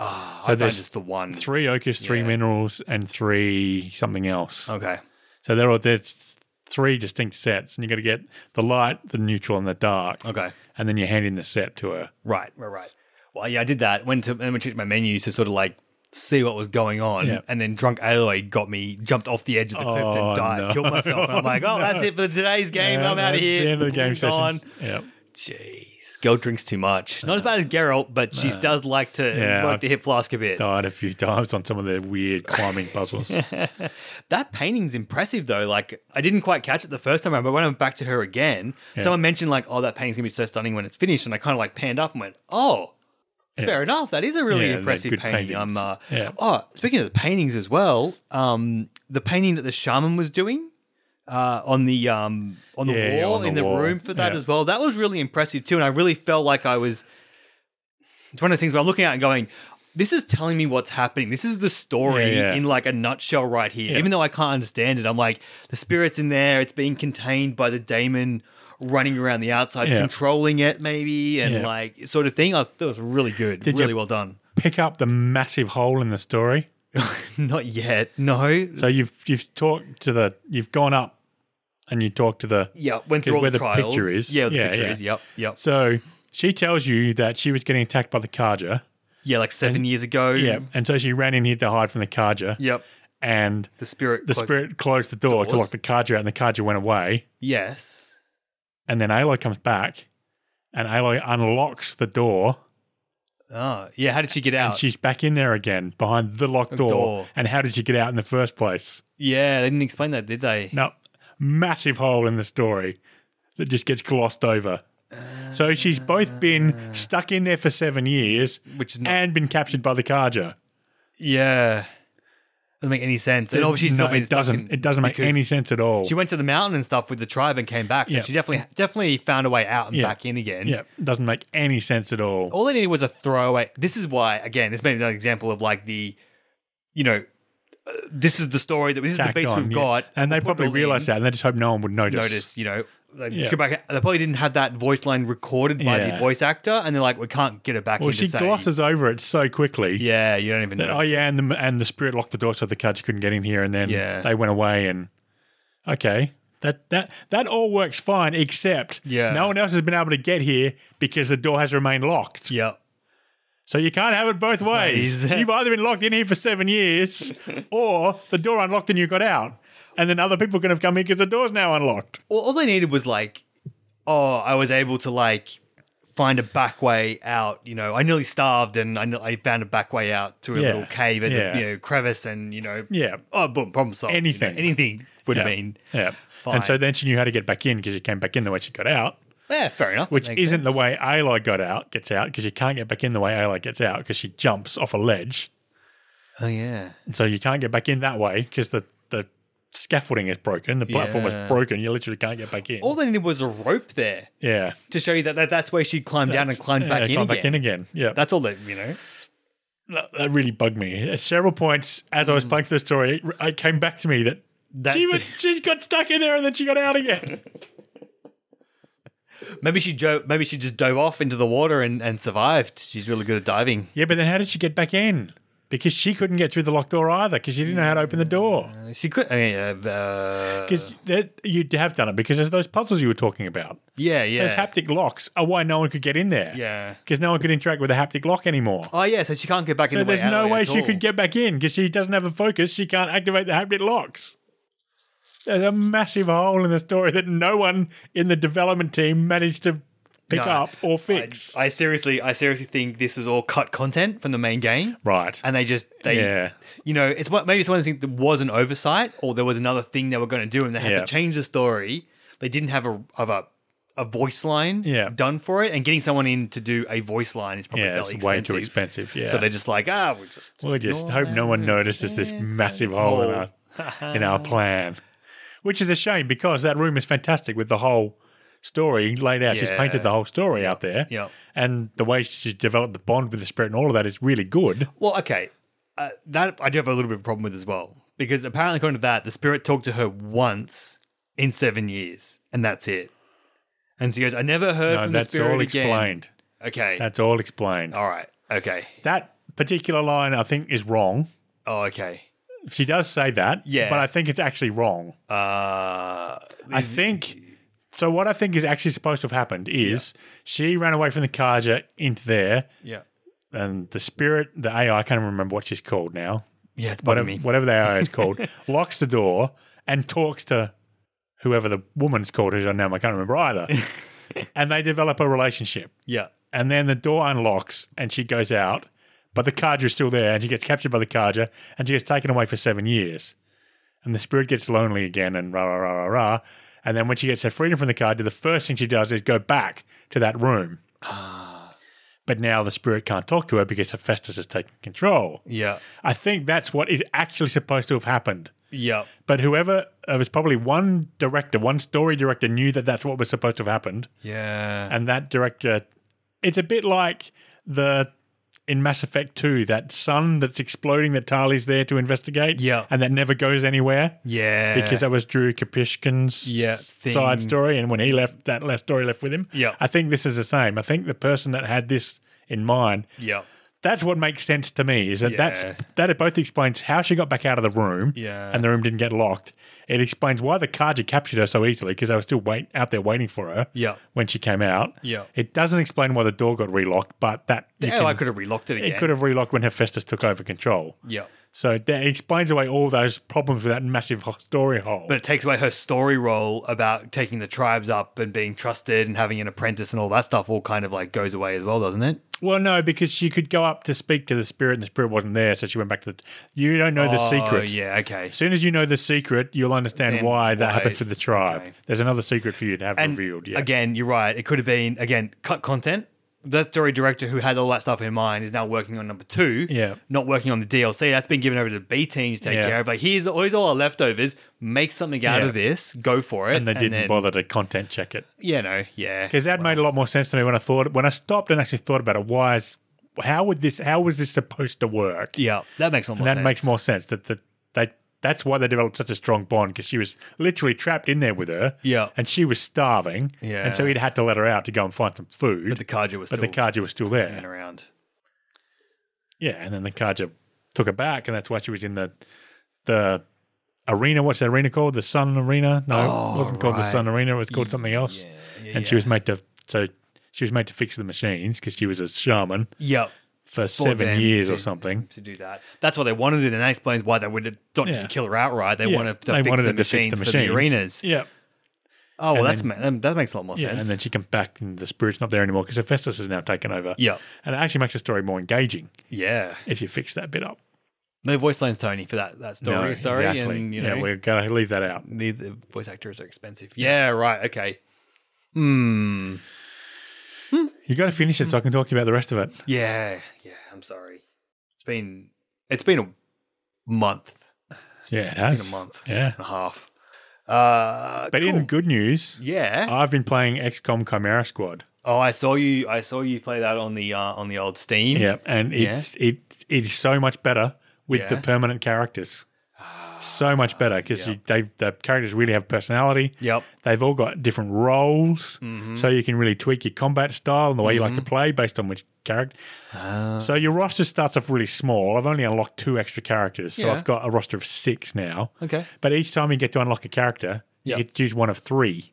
S1: Ah, I
S2: so
S1: found
S2: there's
S1: just the one.
S2: Three ochres, three
S1: Yeah. Oh.
S2: minerals, and three something else.
S1: Okay.
S2: So there are there's three distinct sets, and you got to get the light, the neutral, and the dark.
S1: Okay.
S2: And then you hand in the set to her.
S1: Right, right, right. Well, yeah, I did that. Went to and went checked my menus to sort of like see what was going on,
S2: Yeah.
S1: and then drunk Aloy got me jumped off the edge of the cliff
S2: Oh,
S1: and died,
S2: no.
S1: killed myself. And I'm like, oh, that's it for today's game.
S2: [laughs] Yeah,
S1: I'm out of
S2: that's
S1: here.
S2: The end of the game
S1: Moved
S2: session.
S1: on.
S2: Yep.
S1: Jeez, girl drinks too much. Not as bad as Geralt, but she does like to
S2: Yeah,
S1: like
S2: I've-
S1: to hit flask a bit.
S2: Died a few [laughs] times on some of their weird climbing
S1: [laughs]
S2: puzzles.
S1: That painting's impressive though. Like I didn't quite catch it the first time around, but when I went back to her again, someone mentioned like, "Oh, that painting's gonna be so stunning when it's finished," and I kind of like panned up and went, "Oh." Fair enough. That is a really
S2: Yeah, they're
S1: impressive
S2: good
S1: painting. I'm,
S2: paintings.
S1: uh,
S2: Yeah.
S1: Oh, speaking of the paintings as well, um, the painting that the shaman was doing uh, on the um, on the
S2: Yeah, yeah,
S1: wall
S2: on the
S1: in the
S2: wall.
S1: room for that
S2: Yeah.
S1: as well. That was really impressive too, and I really felt like I was it's one of those things where I'm looking at it and going, this is telling me what's happening. This is the story
S2: Yeah, yeah.
S1: in like a nutshell right here. Even though I can't understand it, I'm like, the spirit's in there, it's being contained by the daemon running around the outside,
S2: Yeah.
S1: controlling it maybe, and
S2: Yeah.
S1: like sort of thing. I thought it was really good,
S2: you-
S1: really well done. [laughs]
S2: Pick up the massive hole in the story.
S1: Not yet, no.
S2: So you've you've talked to the you've gone up and you talked to the
S1: yeah, went through all
S2: where
S1: the
S2: the picture
S1: trials.
S2: is.
S1: Yeah, the
S2: Yeah,
S1: picture
S2: yeah.
S1: is. Yep, yep.
S2: So she tells you that she was getting attacked by the Kaja.
S1: Yeah, like seven years ago.
S2: Yeah. And so she ran in here to hide from the Kaja.
S1: Yep.
S2: And
S1: The spirit.
S2: the
S1: closed-
S2: spirit closed the door to
S1: Doors.
S2: lock the Kaja out and the Kaja went away.
S1: Yes.
S2: And then Aloy comes back and Aloy unlocks the door
S1: Oh, yeah. How did she get out?
S2: and she's back in there again behind the locked door.
S1: door.
S2: And how did she get out in the first place?
S1: yeah, they didn't explain that, did they?
S2: No, massive hole in the story that just gets glossed over. So she's both been stuck in there for seven years
S1: Which is not
S2: and been captured by the Kaja.
S1: Yeah. Doesn't make any sense. And obviously she's
S2: no,
S1: not been
S2: it doesn't.
S1: stuck in-
S2: it doesn't make
S1: because
S2: any sense at all.
S1: She went to the mountain and stuff with the tribe and came back. So
S2: Yeah.
S1: she definitely definitely found a way out and
S2: Yeah.
S1: back in again.
S2: yeah, doesn't make any sense at all.
S1: All they needed was a throwaway. This is why, again, this may be another example of like the, you know, uh, this is the story that this is the
S2: Tacked
S1: base
S2: on,
S1: we've
S2: yeah.
S1: got.
S2: and they
S1: We'll put it
S2: probably
S1: all in,
S2: realised that, and they just hope no one would notice.
S1: Notice, you know, like,
S2: Yeah.
S1: just go back. They probably didn't have that voice line recorded by the
S2: Yeah.
S1: voice actor, and they're like, we can't get it back.
S2: Well,
S1: in to
S2: she
S1: say-
S2: glosses over it so quickly.
S1: Yeah, you don't even
S2: That,
S1: know.
S2: oh yeah, and the and the spirit locked the door so the Kaja couldn't get in here, and then
S1: Yeah.
S2: they went away. And okay, that that that all works fine, except
S1: Yeah.
S2: no one else has been able to get here because the door has remained locked.
S1: Yep.
S2: So you can't have it both ways.
S1: Ways.
S2: You've either been locked in here for
S1: [laughs]
S2: seven years, or the door unlocked and you got out, and then other people can have come in because the door's now unlocked.
S1: Well, all they needed was like, oh, I was able to like find a back way out. You know, I nearly starved, and I, kn- I found a back way out to a
S2: Yeah.
S1: little cave and
S2: Yeah.
S1: you know crevice, and you know,
S2: Yeah.
S1: oh, boom, problem solved. you know.
S2: Anything.
S1: anything would have
S2: Yeah.
S1: been.
S2: Yeah.
S1: Fine.
S2: And so then she knew how to get back in because she came back in the way she got out.
S1: Yeah, fair enough.
S2: Which
S1: Makes
S2: isn't the
S1: sense.
S2: way Aloy got out, gets out, because you can't get back in the way Aloy gets out because she jumps off a ledge.
S1: Oh yeah,
S2: And so you can't get back in that way because the, the scaffolding is broken, the platform
S1: Yeah.
S2: is broken. You literally can't get back in.
S1: all they needed was a rope there
S2: yeah.
S1: to show you that, that that's where she climbed down and climbed
S2: Yeah,
S1: back in
S2: climb
S1: again.
S2: back in again. Yeah. That,
S1: That's all that you know.
S2: that really bugged me. At several points, as I was playing through the story, it, it came back to me that,
S1: That
S2: Hmm. she, was, she got stuck in there and then she got out again.
S1: maybe she jo- maybe she just dove off into the water and, and survived. She's really good at diving.
S2: [laughs] yeah, but then how did she get back in? Because she couldn't get through the locked door either because she didn't know how to open the door.
S1: Uh, She could. I mean, uh, uh,
S2: Because that you have done it because there's those puzzles you were talking about.
S1: yeah, yeah.
S2: Those haptic locks are why no one could get in there.
S1: Yeah.
S2: Because no one could interact with a haptic lock anymore.
S1: Oh yeah, so she can't get back in
S2: So
S1: the way.
S2: there's no
S1: alleyway
S2: way
S1: at
S2: she
S1: all.
S2: could get back in because she doesn't have a focus. She can't activate the haptic locks. There's a massive hole in the story that no one in the development team managed to pick
S1: No,
S2: up or fix.
S1: I seriously, I seriously think this is all cut content from the main game,
S2: right.
S1: and they just they,
S2: Yeah.
S1: you know, it's one maybe it's one of the things that was an oversight, or there was another thing they were going to do, and they had
S2: Yeah.
S1: to change the story. They didn't have a of a a voice line
S2: Yeah.
S1: done for it, and getting someone in to do a voice line is probably
S2: Yeah, it's
S1: fairly
S2: way
S1: expensive.
S2: too expensive. Yeah.
S1: So they're just like, ah, we'll just
S2: We'll just hope no one notices this massive hole in our,
S1: [laughs]
S2: in our plan. Which is a shame because that room is fantastic with the whole story laid out. She's
S1: Yeah.
S2: painted the whole story out there.
S1: Yep.
S2: And the way she's developed the bond with the spirit and all of that is really good.
S1: Well, okay, uh, that I do have a little bit of a problem with as well because apparently, according to that, the spirit talked to her once in seven years, and that's it. And she goes, "I never heard
S2: No,
S1: from the
S2: Uh, that's
S1: spirit
S2: all
S1: again." Oh.
S2: explained.
S1: Okay,
S2: That's all explained.
S1: all right. Okay.
S2: That particular line, I think, is wrong.
S1: Oh, okay.
S2: She does say that.
S1: Yeah.
S2: But I think it's actually wrong.
S1: Uh,
S2: I think. So what I think is actually supposed to have happened is she ran away from the Kaja into there,
S1: yeah,
S2: and the spirit, the AI, I can't even remember what she's called now.
S1: yeah. It's bothering
S2: Whatever,
S1: me.
S2: whatever the AI is called, locks the door and talks to whoever the woman's called, who's I now I can't remember either. and they develop a relationship.
S1: Yeah.
S2: And then the door unlocks and she goes out, but the Kaja is still there and she gets captured by the Kaja and she gets taken away for seven years. And the spirit gets lonely again and rah, rah, rah, rah, rah. And then when she gets her freedom from the Kaja, the first thing she does is go back to that room. But now the spirit can't talk to her because Hephaestus has taken control.
S1: Yeah.
S2: I think that's what is actually supposed to have happened.
S1: Yeah.
S2: But whoever, it was probably one director, one story director knew that that's what was supposed to have happened
S1: Yeah.
S2: and that director it's a bit like the in Mass Effect 2 that sun that's exploding that Tali's there to investigate
S1: Yeah.
S2: and that never goes anywhere
S1: Yeah.
S2: because that was Drew Kapishkin's
S1: Yeah, thing.
S2: side story and when he left that last story left with him
S1: Yeah.
S2: I think this is the same I think the person that had this in mind
S1: Yeah.
S2: that's what makes sense to me is that
S1: Yeah.
S2: that's that it both explains how she got back out of the room
S1: Yeah.
S2: and the room didn't get locked it explains why the Kaja captured her so easily because they were still wait out there waiting for her
S1: Yeah.
S2: when she came out
S1: Yeah.
S2: it doesn't explain why the door got relocked but that you
S1: Yeah,
S2: can-
S1: I could have relocked it again.
S2: it could have relocked when Hephaestus took over control
S1: Yeah.
S2: so that explains away all those problems with that massive ho- story hole
S1: But it takes away her story role about taking the tribes up and being trusted and having an apprentice and all that stuff all kind of like goes away as well, doesn't it?
S2: well no because she could go up to speak to the spirit and the spirit wasn't there so she went back to the you don't know the
S1: Oh,
S2: secret
S1: yeah, okay.
S2: As soon as you know the secret, you'll understand
S1: Then
S2: why that
S1: why-
S2: happens with the tribe.
S1: okay.
S2: There's another secret for you to have
S1: And
S2: revealed. Yeah.
S1: Again, you're right. It could have been again cut content. That story director who had all that stuff in mind is now working on number two.
S2: Yeah.
S1: not working on the DLC. That's been given over to the B team to take
S2: Yeah.
S1: care of. Like here's all, here's all our leftovers. Make something out
S2: Yeah.
S1: of this. Go for it.
S2: and they didn't
S1: then,
S2: bother to content check it
S1: You know, yeah.
S2: because that made a lot more sense to me when I thought when I stopped and actually thought about it. Why is how would this how was this supposed to work?
S1: Yeah, that makes a lot more
S2: and that
S1: sense.
S2: makes more sense that that they that's why they developed such a strong bond because she was literally trapped in there with her.
S1: Yeah.
S2: and she was starving.
S1: Yeah.
S2: and so he'd had to let her out to go and find some food.
S1: But the Kaja was
S2: but
S1: still
S2: the Kaja was still there.
S1: hanging around.
S2: Yeah, and then the Kaja took her back, and that's why she was in the the arena. What's the arena called? The Sun Arena? No, it wasn't called the
S1: Oh, right.
S2: Sun Arena. It was called something else.
S1: yeah,
S2: and she was made to so she was made to fix the machines because she was a shaman
S1: Yeah.
S2: for, seven
S1: them
S2: years
S1: to-
S2: or something.
S1: To do that, that's what they wanted, it, and that explains why they would not
S2: Yeah.
S1: just kill her outright. They
S2: Yeah,
S1: wanted to
S2: they
S1: fix
S2: wanted
S1: the
S2: her to fix
S1: machines
S2: the
S1: for the
S2: machines.
S1: arenas.
S2: Yeah,
S1: Oh, well,
S2: And
S1: that's
S2: then-
S1: ma- um, that makes a lot more
S2: yeah.
S1: sense.
S2: And then she comes back, and the spirit's not there anymore because Hephaestus has now taken over.
S1: Yeah.
S2: and it actually makes the story more engaging
S1: yeah,
S2: if you fix that bit up.
S1: no voice lines, Tony, for that that story.
S2: No,
S1: sorry,
S2: exactly.
S1: and you
S2: yeah,
S1: know,
S2: we're gonna leave that out.
S1: the, the voice actors are expensive. Yeah, right. Okay. Hmm.
S2: You got to finish it so I can talk to you about the rest of it.
S1: Yeah. Yeah. I'm sorry. It's been it's been a month,
S2: Yeah, it has
S1: been a month
S2: Yeah,
S1: and a half. Uh,
S2: but
S1: cool.
S2: in good Uh, news,
S1: yeah.
S2: I've been playing XCOM Chimera Squad.
S1: oh, I saw you. I saw you play that on the uh, on the old Steam.
S2: Yeah, and it's it it is so much better with the
S1: Yeah.
S2: permanent characters. So much better because they the characters really have personality.
S1: Yep.
S2: They've all got different roles,
S1: Mm-hmm.
S2: so you can really tweak your combat style and the way you like to play based on which character.
S1: Uh-huh.
S2: so your roster starts off really small. I've only unlocked two extra characters, so
S1: Yeah.
S2: I've got a roster of six now.
S1: Okay.
S2: But each time you get to unlock a character,
S1: Yeah.
S2: you get to choose one of three.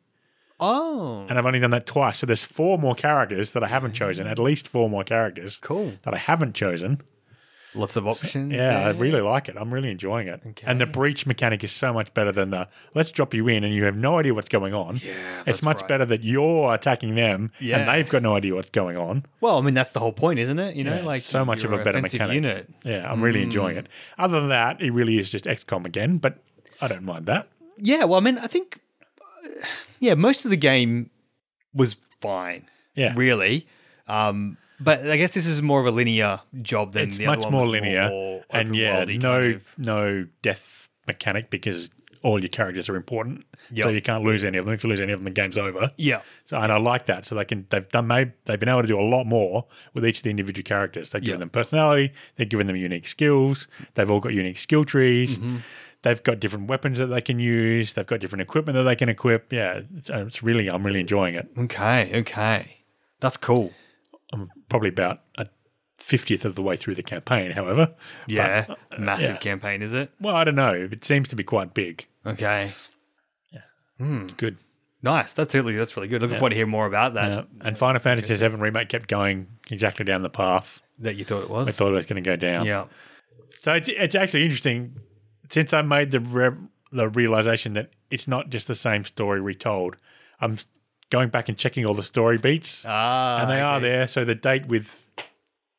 S1: Oh,
S2: and I've only done that twice. So there's four more characters that I haven't chosen, at least four more characters
S1: Mm-hmm. cool.
S2: that I haven't chosen.
S1: Lots of options.
S2: Yeah, I
S1: there.
S2: really like it. I'm really enjoying it.
S1: Okay.
S2: And the breach mechanic is so much better than the let's drop you in and you have no idea what's going on.
S1: Yeah,
S2: it's
S1: that's
S2: much
S1: right.
S2: better that you're attacking them and
S1: Yeah.
S2: they've got no idea what's going on.
S1: Well, I mean that's the whole point, isn't it? You know,
S2: Yeah,
S1: like
S2: it's so much of
S1: you're
S2: a better
S1: offensive
S2: mechanic.
S1: Unit. Mm.
S2: Yeah, I'm really enjoying it. Other than that, it really is just XCOM again, but I don't mind that.
S1: Yeah. Well, I mean, I think uh, yeah, most of the game was fine.
S2: Yeah.
S1: Really. Um, but I guess this is more of a linear job than
S2: it's
S1: the
S2: much
S1: other one
S2: more
S1: was
S2: linear
S1: more
S2: and
S1: open
S2: yeah
S1: world-y
S2: no
S1: kind of.
S2: no death mechanic because all your characters are important so
S1: Yep.
S2: you can't lose any of them if you lose any of them the game's over
S1: Yeah.
S2: so and i like that so they can they've done made, they've been able to do a lot more with each of the individual characters they've given
S1: Yeah.
S2: them personality they've given them unique skills they've all got unique skill trees They've got different weapons that they can use. They've got different equipment that they can equip. Yeah, it's, uh, it's really, I'm really enjoying it.
S1: Okay. Okay. That's cool.
S2: I'm probably about a 50th of the way through the campaign, however. But, uh,
S1: Yeah. Massive
S2: yeah.
S1: campaign, is it?
S2: well, I don't know. It seems to be quite big.
S1: Okay.
S2: Good.
S1: Nice. That's really that's really good. Looking forward to hear more about that.
S2: Uh, and Final Fantasy VII Remake kept going exactly down the path
S1: That you thought it
S2: I
S1: was.
S2: thought it was going to go down.
S1: yeah.
S2: So it's, it's actually interesting since I made the re- the realization that it's not just the same story retold. I'm going back and checking all the story beats.
S1: Ah,
S2: and they are
S1: okay.
S2: there. So the date with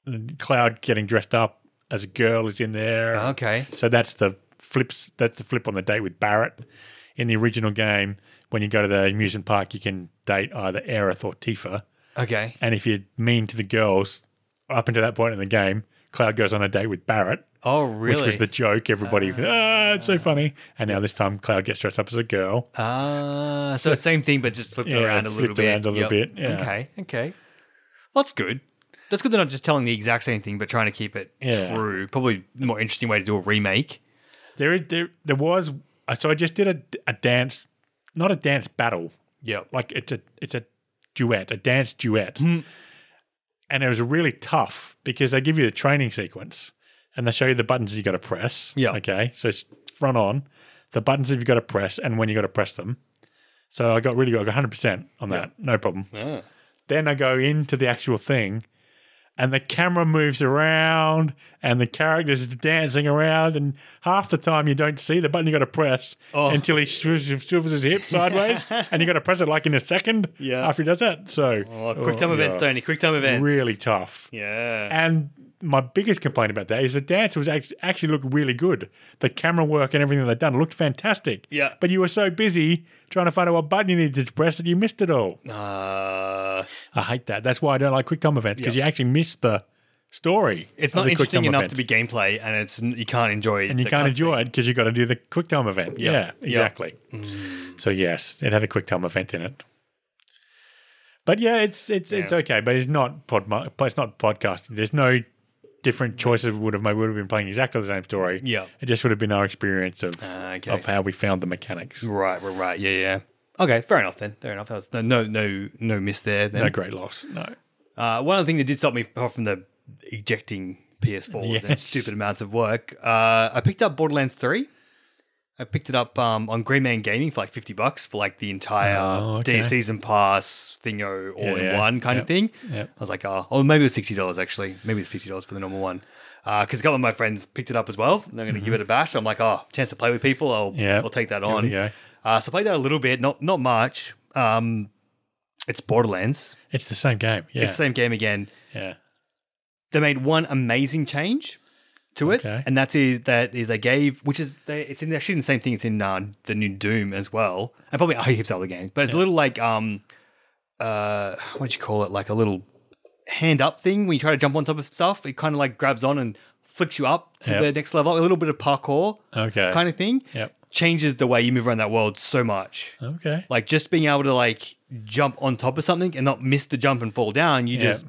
S2: mm, Cloud getting dressed up as a girl is in there.
S1: Ah, Okay.
S2: So that's the flips. That's the flip on the date with Barrett. In the original game, when you go to the amusement park, you can date either Aerith or Tifa.
S1: Okay.
S2: And if you're mean to the girls, up until that point in the game, Cloud goes on a date with Barrett,
S1: Oh, really?
S2: which was the joke. Everybody, ah, it's so funny. And now this time, Cloud gets dressed up as a girl.
S1: Ah, so same thing, but just flipped
S2: Yeah,
S1: around a little
S2: flipped
S1: bit.
S2: around a little
S1: Yep.
S2: bit, yeah.
S1: Okay, okay. Well, that's good. That's good. They're not just telling the exact same thing, but trying to keep it
S2: Yeah.
S1: true. Probably the more interesting way to do a remake.
S2: There, is- there, there was. uh, So I just did a, a dance, not a dance battle,
S1: Yep.
S2: like it's a it's a duet, a dance duet.
S1: Hmm.
S2: And it was really tough because they give you the training sequence and they show you the buttons you got to press.
S1: Yeah.
S2: Okay. So it's front on, the buttons that you've got to press and when you got to press them. So I got really good. I got 100% on that. No problem. Then I go into the actual thing and the camera moves around and the characters are dancing around and half the time you don't see the button you got to press
S1: Oh.
S2: until he swiv- swivels his
S1: [laughs]
S2: hip sideways and you got to press it like in a second
S1: Yeah.
S2: after he does that so
S1: Oh, quick time events, Tony. Quick time events. [laughs]
S2: really tough
S1: Yeah.
S2: and my biggest complaint about that is the dance was act- actually looked really good. The camera work and everything they'd done looked fantastic.
S1: Yeah.
S2: But you were so busy trying to find out what button you needed to press that you missed it all.
S1: Uh,
S2: I hate that. That's why I don't like QuickTime events because you actually miss the story.
S1: it's
S2: of
S1: not
S2: the
S1: interesting
S2: QuickTime
S1: enough
S2: event.
S1: to be gameplay, and it's you can't enjoy.
S2: And you can't enjoy it because you've got to do the QuickTime event. Yeah, exactly.
S1: Mm.
S2: So yes, it had a QuickTime event in it. But yeah, it's it's it's
S1: Yeah.
S2: okay, but it's not pod it's not podcasting. There's no different choices we would have made. We would have been playing exactly the same story.
S1: Yeah.
S2: It just would have been our experience of
S1: Ah, okay.
S2: of how we found the mechanics.
S1: Right. Right. Right. Yeah. Yeah. Okay. Fair enough. Then. Fair enough. That was no no no no miss there. Then.
S2: No great loss. No.
S1: Uh, one other thing that did stop me apart from the ejecting PS4s and
S2: Yes.
S1: stupid amounts of work, uh, I picked up Borderlands 3. I picked it up um, on Green Man Gaming for like 50 bucks for like the entire
S2: Oh, okay.
S1: day season pass thingo all
S2: Yeah,
S1: in
S2: yeah.
S1: one kind
S2: Yep.
S1: of thing.
S2: Yep.
S1: I was like, oh, oh, maybe it was $60 actually. Maybe it's $50 for the normal one. Because a couple of my friends picked it up as well. And I'm going to give it a bash. I'm like, oh, chance to play with people. I'll,
S2: Yep.
S1: I'll take that
S2: Mm-hmm. Give it a
S1: on.
S2: go.
S1: Uh, so I played that a little bit, not, not much. Um, it's Borderlands.
S2: It's the same game. Yeah.
S1: It's the same game again
S2: yeah.
S1: they made one amazing change to it,
S2: Okay.
S1: and that is that is they gave, which is they, it's in actually in the same thing. It's in uh, the new Doom as well, and probably oh, heaps of other games. But it's a little like um, uh, what do you call it? Like a little hand up thing when you try to jump on top of stuff. It kind of like grabs on and flicks you up to
S2: Yep.
S1: the next level. A little bit of parkour
S2: Okay.
S1: kind of thing.
S2: Yep.
S1: Changes the way you move around that world so much.
S2: Okay.
S1: Like just being able to like jump on top of something and not miss the jump and fall down, you
S2: Yeah.
S1: just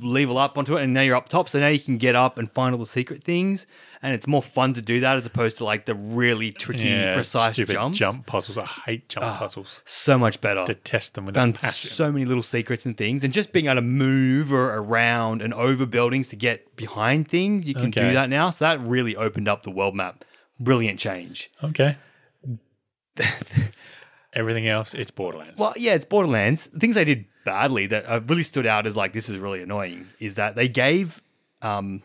S1: level up onto it and now you're up top. So now you can get up and find all the secret things. And it's more fun to do that as opposed to like the really tricky,
S2: yeah,
S1: precise
S2: stupid
S1: jumps.
S2: jump puzzles. I hate jump puzzles.
S1: So much better.
S2: Detest them with that
S1: Found
S2: passion.
S1: so many little secrets and things, and just being able to move or around and over buildings to get behind things, you can do
S2: Okay.
S1: that now. So that really opened up the world map. Brilliant change. [laughs]
S2: Okay. Everything else, it's Borderlands.
S1: Well, yeah, it's Borderlands. The things they did badly that uh, really stood out as like this is really annoying is that they gave um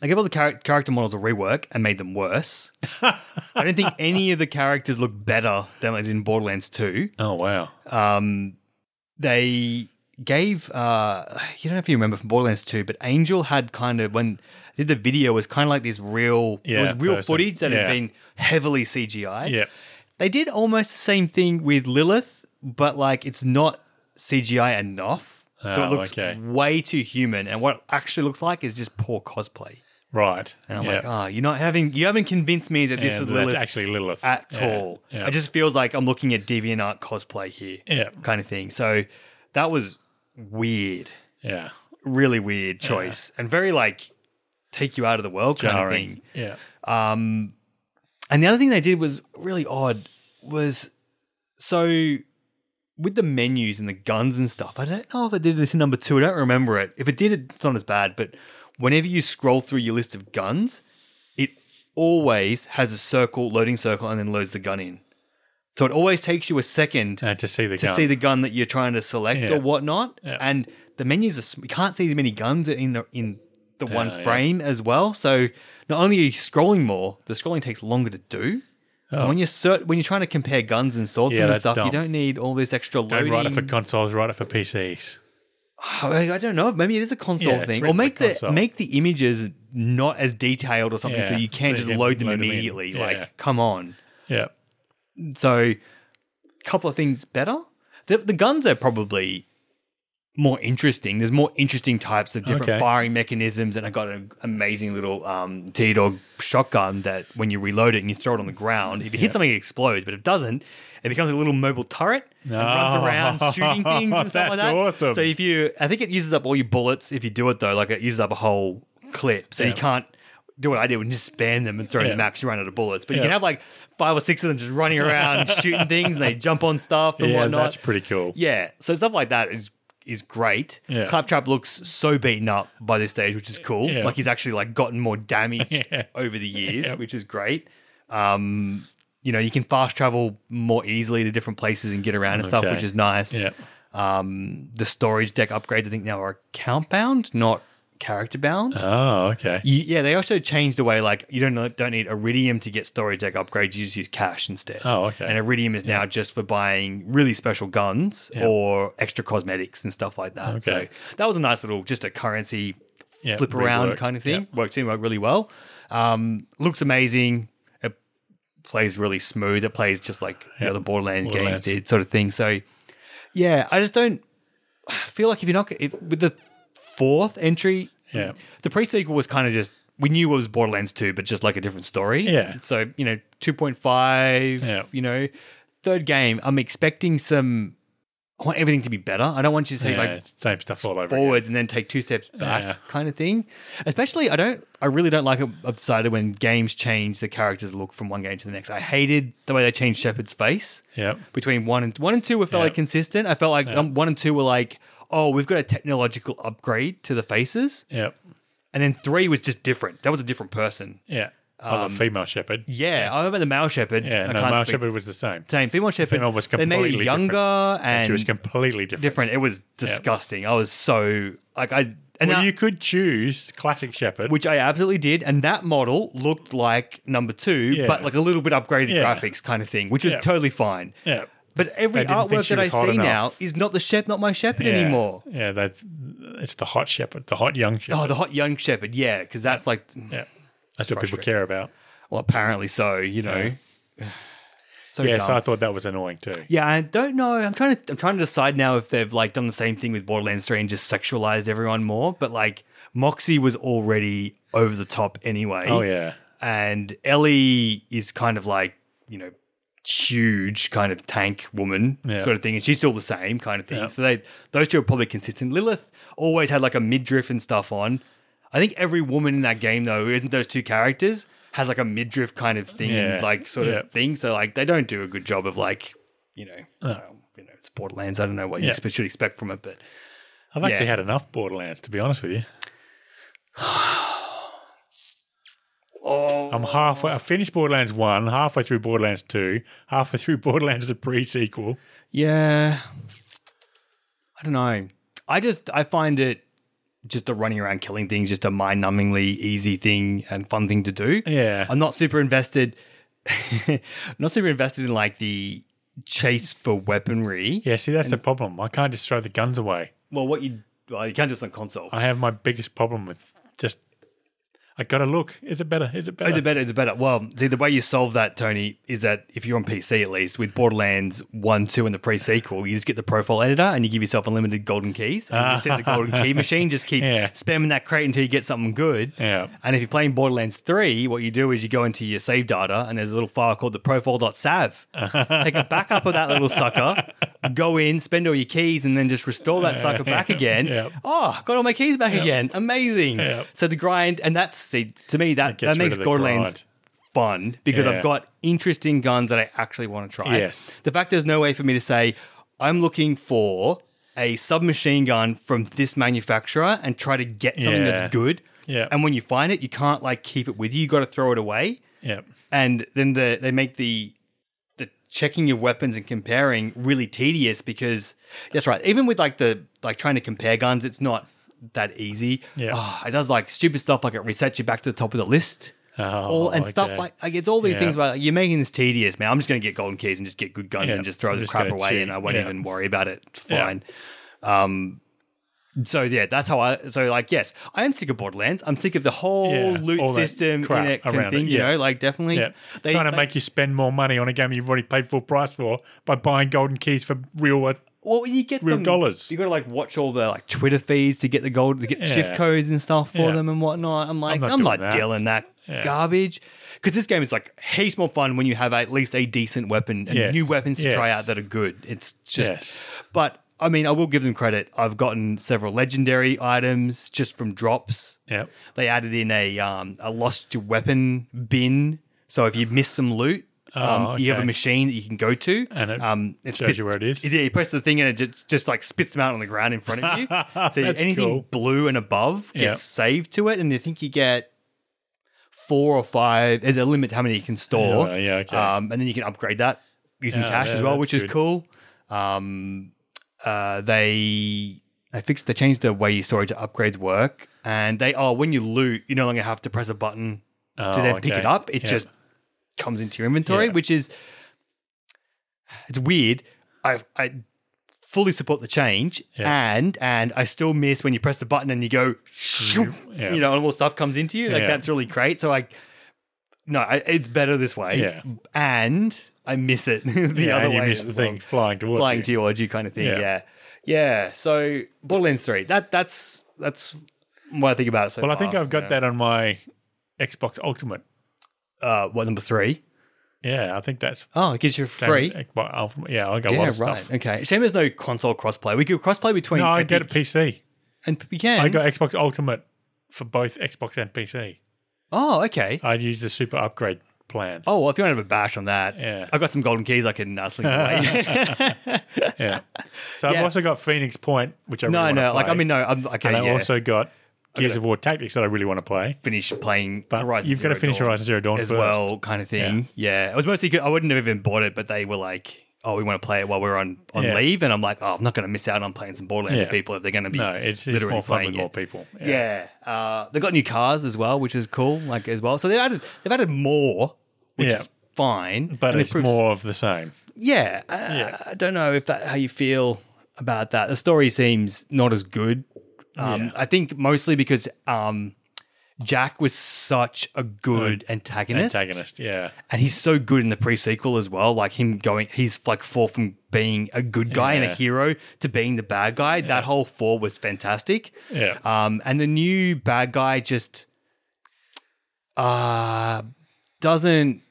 S1: they gave all the char- character models a rework and made them worse. I don't think any of the characters look better than they did in Borderlands 2.
S2: Oh wow.
S1: Um they gave uh you don't know if you remember from Borderlands 2, but Angel had kind of when they did the video was kind of like this real
S2: Yeah,
S1: it was real
S2: person.
S1: footage that had
S2: Yeah.
S1: been heavily CGI.
S2: Yep.
S1: They did almost the same thing with Lilith, but like it's not CGI enough. So
S2: Oh,
S1: it looks
S2: okay.
S1: way too human, and what it actually looks like is just poor cosplay.
S2: Right.
S1: And I'm
S2: Yep.
S1: like, oh, you're not having, you haven't convinced me that this
S2: And
S1: is
S2: that's
S1: Lilith
S2: actually Lilith
S1: at
S2: Yeah,
S1: all.
S2: yeah.
S1: It just feels like I'm looking at DeviantArt cosplay here,
S2: Yeah.
S1: kind of thing. So that was weird,
S2: yeah.
S1: really weird choice, and very like take you out of the world kind of thing.
S2: Jarring. Yeah.
S1: Um, and the other thing they did was really odd was so with the menus and the guns and stuff. I don't know if it did this in number two. I don't remember it. If it did, it's not as bad. But whenever you scroll through your list of guns, it always has a circle, loading circle, and then loads the gun in. So it always takes you a second
S2: And to see the
S1: to
S2: gun.
S1: see the gun that you're trying to select
S2: Yeah.
S1: or whatnot.
S2: Yeah.
S1: And the menus are sm- you can't see as many guns in the, in the one
S2: yeah.
S1: frame as well. So not only are you scrolling more, the scrolling takes longer to do. And when you're cert- when you're trying to compare guns and swords
S2: Oh. Yeah,
S1: and
S2: that's
S1: stuff,
S2: dumb.
S1: you don't need all this extra
S2: Don't
S1: loading.
S2: write it for consoles, write it for PCs.
S1: [sighs] I I don't know. Maybe it is a console
S2: Yeah, it's
S1: thing,
S2: written
S1: or
S2: for
S1: make the
S2: console.
S1: make the images not as detailed or something, so
S2: Yeah,
S1: you can
S2: so you
S1: just
S2: can
S1: load them
S2: load them in.
S1: immediately.
S2: Yeah.
S1: Like, come on.
S2: Yeah.
S1: So, couple of things better. The, the guns are probably more interesting. There's more interesting types of different
S2: Okay.
S1: firing mechanisms, and I got an amazing little um, T Dog shotgun that when you reload it and you throw it on the ground, if you hit something, it explodes. But if it doesn't, it becomes a little mobile turret and runs
S2: Oh, [laughs]
S1: around shooting things and stuff like
S2: that's
S1: that.
S2: awesome.
S1: So if you, I think it uses up all your bullets if you do it though. Like it uses up a whole clip, so you
S2: Yeah.
S1: can't. Do what I did and just spam them and throw
S2: Yeah.
S1: your max, you run out of bullets. But you
S2: Yeah.
S1: can have like five or six of them just running
S2: [laughs]
S1: around shooting things and they jump on stuff and
S2: Yeah,
S1: whatnot.
S2: that's pretty cool.
S1: Yeah, so stuff like that is is great.
S2: Yeah.
S1: Claptrap looks so beaten up by this stage, which is cool.
S2: Yeah.
S1: Like he's actually like gotten more damage
S2: [laughs] Yeah.
S1: over the years, which is great. Um, you know, you can fast travel more easily to different places and get around and stuff,
S2: Okay.
S1: which is nice.
S2: Yeah.
S1: Um, the storage deck upgrades, I think, now are account bound, not character bound.
S2: Oh, okay.
S1: You- yeah, they also changed the way like you don't don't need Iridium to get storage deck upgrades. You just use cash instead.
S2: Oh, okay.
S1: And Iridium is now just for buying really special guns or extra cosmetics and stuff like that. So
S2: Okay.
S1: that was a nice little just a currency
S2: Yeah,
S1: flip around
S2: rework.
S1: kind of thing. Worked in worked really well. Um, looks amazing. It plays really smooth. It plays just like you know, the Borderlands,
S2: Borderlands.
S1: games did, sort of thing. So yeah, I just don't feel like if you're not if, with the fourth entry
S2: Yeah.
S1: the pre sequel was kind of just we knew it was Borderlands 2, but just like a different story.
S2: Yeah.
S1: So, you know, 2.5,
S2: Yeah.
S1: you know, third game, I'm expecting some I want everything to be better. I don't want you to take
S2: yeah,
S1: like
S2: same stuff all over again.
S1: forwards and then take two steps back
S2: Yeah.
S1: kind of thing. Especially I don't I really don't like it I've decided when games change the characters look from one game to the next. I hated the way they changed Shepard's face
S2: Yeah.
S1: between one and one and two were fairly
S2: Yeah.
S1: consistent. I felt like um, one and two were like, oh, we've got a technological upgrade to the faces.
S2: Yeah.
S1: And then three was just different. That was a different person.
S2: Yeah. oh, the female shepherd.
S1: Um, Yeah, I remember the male shepherd.
S2: Yeah.
S1: I
S2: no,
S1: can't
S2: male
S1: speak.
S2: shepherd was the same.
S1: Same female shepherd.
S2: Female was
S1: they made her
S2: completely
S1: younger and
S2: She was completely different.
S1: different. It was disgusting. I was so like I and
S2: Well,
S1: that-
S2: you could choose classic shepherd.
S1: which I absolutely did. And that model looked like number two,
S2: Yeah.
S1: but like a little bit upgraded
S2: Yeah.
S1: graphics kind of thing, which was
S2: Yeah.
S1: totally fine.
S2: yeah.
S1: But every
S2: They didn't think
S1: artwork
S2: she
S1: that I
S2: was hot
S1: see now
S2: enough.
S1: is not the shep, not my shepherd
S2: Yeah.
S1: anymore.
S2: Yeah, that it's the hot shepherd, the hot young shepherd.
S1: Oh, the hot young shepherd, yeah, because that's like,
S2: yeah. That's what people
S1: frustrating.
S2: care about.
S1: well, apparently so, you know. [sighs] So
S2: Yeah,
S1: dumb.
S2: so I thought that was annoying too.
S1: Yeah, I don't know. I'm trying to I'm trying to decide now if they've like done the same thing with Borderlands 3 and just sexualized everyone more, but like Moxie was already over the top anyway.
S2: Oh yeah.
S1: And Ellie is kind of like, you know, huge kind of tank woman
S2: Yeah.
S1: sort of thing and she's still the same kind of thing.
S2: Yeah.
S1: So they those two are probably consistent. Lilith always had like a midriff and stuff on. I think every woman in that game though, isn't those two characters has like a midriff kind of thing
S2: Yeah.
S1: and like sort
S2: Yeah.
S1: of thing. So like they don't do a good job of like you know, um, you know, it's Borderlands. I don't know what you
S2: Yeah.
S1: sp- should expect from it, but
S2: I've actually
S1: Yeah.
S2: had enough Borderlands to be honest with you.
S1: [sighs] oh,
S2: I'm halfway. I finished Borderlands one, halfway through Borderlands two, halfway through [laughs] Borderlands the pre-sequel.
S1: yeah, I don't know. I just I find it just the running around killing things, just a mind numbingly easy thing and fun thing to do.
S2: Yeah.
S1: I'm not super invested. [laughs] I'm not super invested in like the chase for weaponry.
S2: yeah. See, that's the problem. I can't just throw the guns away.
S1: Well, what you well, you can't just on console.
S2: I have my biggest problem with just. I gotta look. Is it better? Is it better?
S1: Is it better? Is it better? Well, see, the way you solve that, Tony, is that if you're on PC at least, with Borderlands 1, 2, and the pre sequel, you just get the profile editor and you give yourself unlimited golden keys. And you just sit at the golden key machine, just keep
S2: Ah. [laughs] Yeah.
S1: spamming that crate until you get something good.
S2: Yeah.
S1: And if you're playing Borderlands 3, what you do is you go into your save data and there's a little file called the
S2: [laughs]
S1: profile.sav. Take a backup of that little sucker, go in, spend all your keys, and then just restore that sucker back again.
S2: [laughs] Yeah.
S1: Oh, got all my keys back again. Amazing.
S2: Yeah.
S1: So the grind, and that's, see, to me, that
S2: gets
S1: that
S2: rid
S1: makes
S2: of the
S1: Borderlands fun because
S2: Yeah.
S1: I've got interesting guns that I actually want to try.
S2: Yes.
S1: The fact there's no way for me to say, I'm looking for a submachine gun from this manufacturer and try to get something
S2: Yeah.
S1: that's good.
S2: Yeah.
S1: And when you find it, you can't like keep it with you. You got to throw it away.
S2: Yeah.
S1: And then the, they make the the checking your weapons and comparing really tedious because that's right. Even with like the like trying to compare guns, it's not that easy.
S2: Yeah.
S1: Ah, it does like stupid stuff like it resets you back to the top of the list.
S2: Oh,
S1: all and stuff
S2: okay.
S1: like, like it's all these
S2: Yeah.
S1: things about like, you're making this tedious, man. I'm just going to get golden keys and just get good guns
S2: Yeah.
S1: and just throw
S2: I'm
S1: the
S2: just
S1: crap
S2: gonna
S1: away,
S2: cheat.
S1: and I won't
S2: Yeah.
S1: even worry about it. It's
S2: Yeah.
S1: Fine. Um. So yeah, that's how I. So like, yes, I am sick of Borderlands. I'm sick of the whole
S2: Yeah,
S1: loot
S2: all that
S1: system
S2: crap
S1: in it kind of
S2: around it,
S1: thing. You
S2: yeah.
S1: know, like definitely
S2: Yeah.
S1: they-
S2: trying to
S1: they-
S2: make you spend more money on a game you've already paid full price for by buying golden keys for real. uh,
S1: well, you get
S2: real
S1: them-
S2: dollars.
S1: You got to like watch all the like Twitter feeds to get the gold, to get shift
S2: Yeah.
S1: codes and stuff for
S2: Yeah.
S1: them and whatnot. I'm like, I'm
S2: not
S1: not,
S2: doing that.
S1: dealing that
S2: Yeah.
S1: garbage because this game is like heaps more fun when you have at least a decent weapon and
S2: Yes.
S1: new weapons to try
S2: Yes.
S1: out that are good. It's just,
S2: Yes.
S1: but I mean, I will give them credit. I've gotten several legendary items just from drops.
S2: Yeah.
S1: They added in a um, a lost your weapon bin, so if you miss some loot. Um,
S2: Oh,
S1: You have a
S2: okay.
S1: machine that you can go to,
S2: And it
S1: it
S2: shows
S1: spit-
S2: you where it is.
S1: Yeah, you press the thing and it just, just like spits them out on the ground in front
S2: [laughs]
S1: of you. so
S2: That's
S1: anything
S2: cool.
S1: blue and above gets
S2: Yeah.
S1: saved to it, and I think you get four or five. There's a limit to how many you can store.
S2: Yeah, yeah, okay.
S1: Um, and then you can upgrade that using
S2: Yeah,
S1: cash
S2: yeah,
S1: as well,
S2: that's
S1: which is
S2: good.
S1: cool. Um, uh, they they fixed they changed the way storage upgrades work, and they are when you loot, you no longer have to press a button to
S2: Oh,
S1: then pick
S2: okay.
S1: it up. It
S2: Yeah.
S1: just comes into your inventory,
S2: Yeah.
S1: which is it's weird. I I fully support the change,
S2: Yeah.
S1: and and I still miss when you press the button and you go, shoo,
S2: Yeah.
S1: you know, and all stuff comes into you. Like
S2: Yeah.
S1: that's really great. So I no, I, it's better this way.
S2: Yeah.
S1: and I miss it [laughs] the
S2: yeah,
S1: other
S2: and you
S1: way.
S2: miss the thing flying towards
S1: flying
S2: you.
S1: to your orgy kind of thing. Yeah.
S2: Yeah.
S1: yeah, So Borderlands Three. That that's that's what I think about it so
S2: Well, I think I've got that on my Xbox Ultimate.
S1: that. Uh, what number three?
S2: Yeah, I think that's
S1: Oh, it gives you a free.
S2: Xbox Ultimate. Yeah, I got a
S1: Yeah,
S2: lot
S1: right.
S2: of stuff.
S1: Okay. Shame there's no console crossplay. We could crossplay between.
S2: No, I
S1: Epic
S2: get a PC.
S1: And we can.
S2: I got Xbox Ultimate for both Xbox and PC.
S1: oh, okay.
S2: I'd use the super upgrade plan.
S1: Oh, well, if you want to have a bash on that,
S2: Yeah.
S1: I've got some golden keys I can uh, sling
S2: [laughs]
S1: away. [laughs]
S2: Yeah. So
S1: Yeah.
S2: I've also got Phoenix Point, which I
S1: no,
S2: really
S1: no.
S2: want to play.
S1: Like, I mean, no. I'm okay.
S2: and I
S1: yeah.
S2: also got Gears of War Tactics that I really want to play.
S1: finish playing
S2: But
S1: Horizon.
S2: you've got to
S1: Zero
S2: finish
S1: Dawn
S2: Horizon Zero Dawn
S1: as
S2: first.
S1: well, kind of thing. Yeah. It was mostly good. I wouldn't have even bought it, but they were like, "Oh, we want to play it while we're on on
S2: Yeah.
S1: leave," and I'm like, "Oh, I'm not going to miss out on playing some Borderlands with
S2: Yeah.
S1: people if they're going to be
S2: No, it's, it's
S1: literally
S2: more fun
S1: playing
S2: with
S1: it.
S2: more people.
S1: Yeah, uh, they got new cars as well, which is cool. Like as well, so they added they've added more, which
S2: Yeah.
S1: is fine.
S2: But
S1: and
S2: it's
S1: improves-
S2: more of the same.
S1: Yeah, uh, I don't know if that how you feel about that. The story seems not as good. Um,
S2: Yeah.
S1: I think mostly because um, Jack was such a good antagonist,
S2: Antagonist, yeah.
S1: and he's so good in the pre-sequel as well. Like him going, he's like four from being a good guy and a
S2: Yeah.
S1: hero to being the bad guy. That whole four was fantastic.
S2: Yeah.
S1: Um, and the new bad guy just uh, doesn't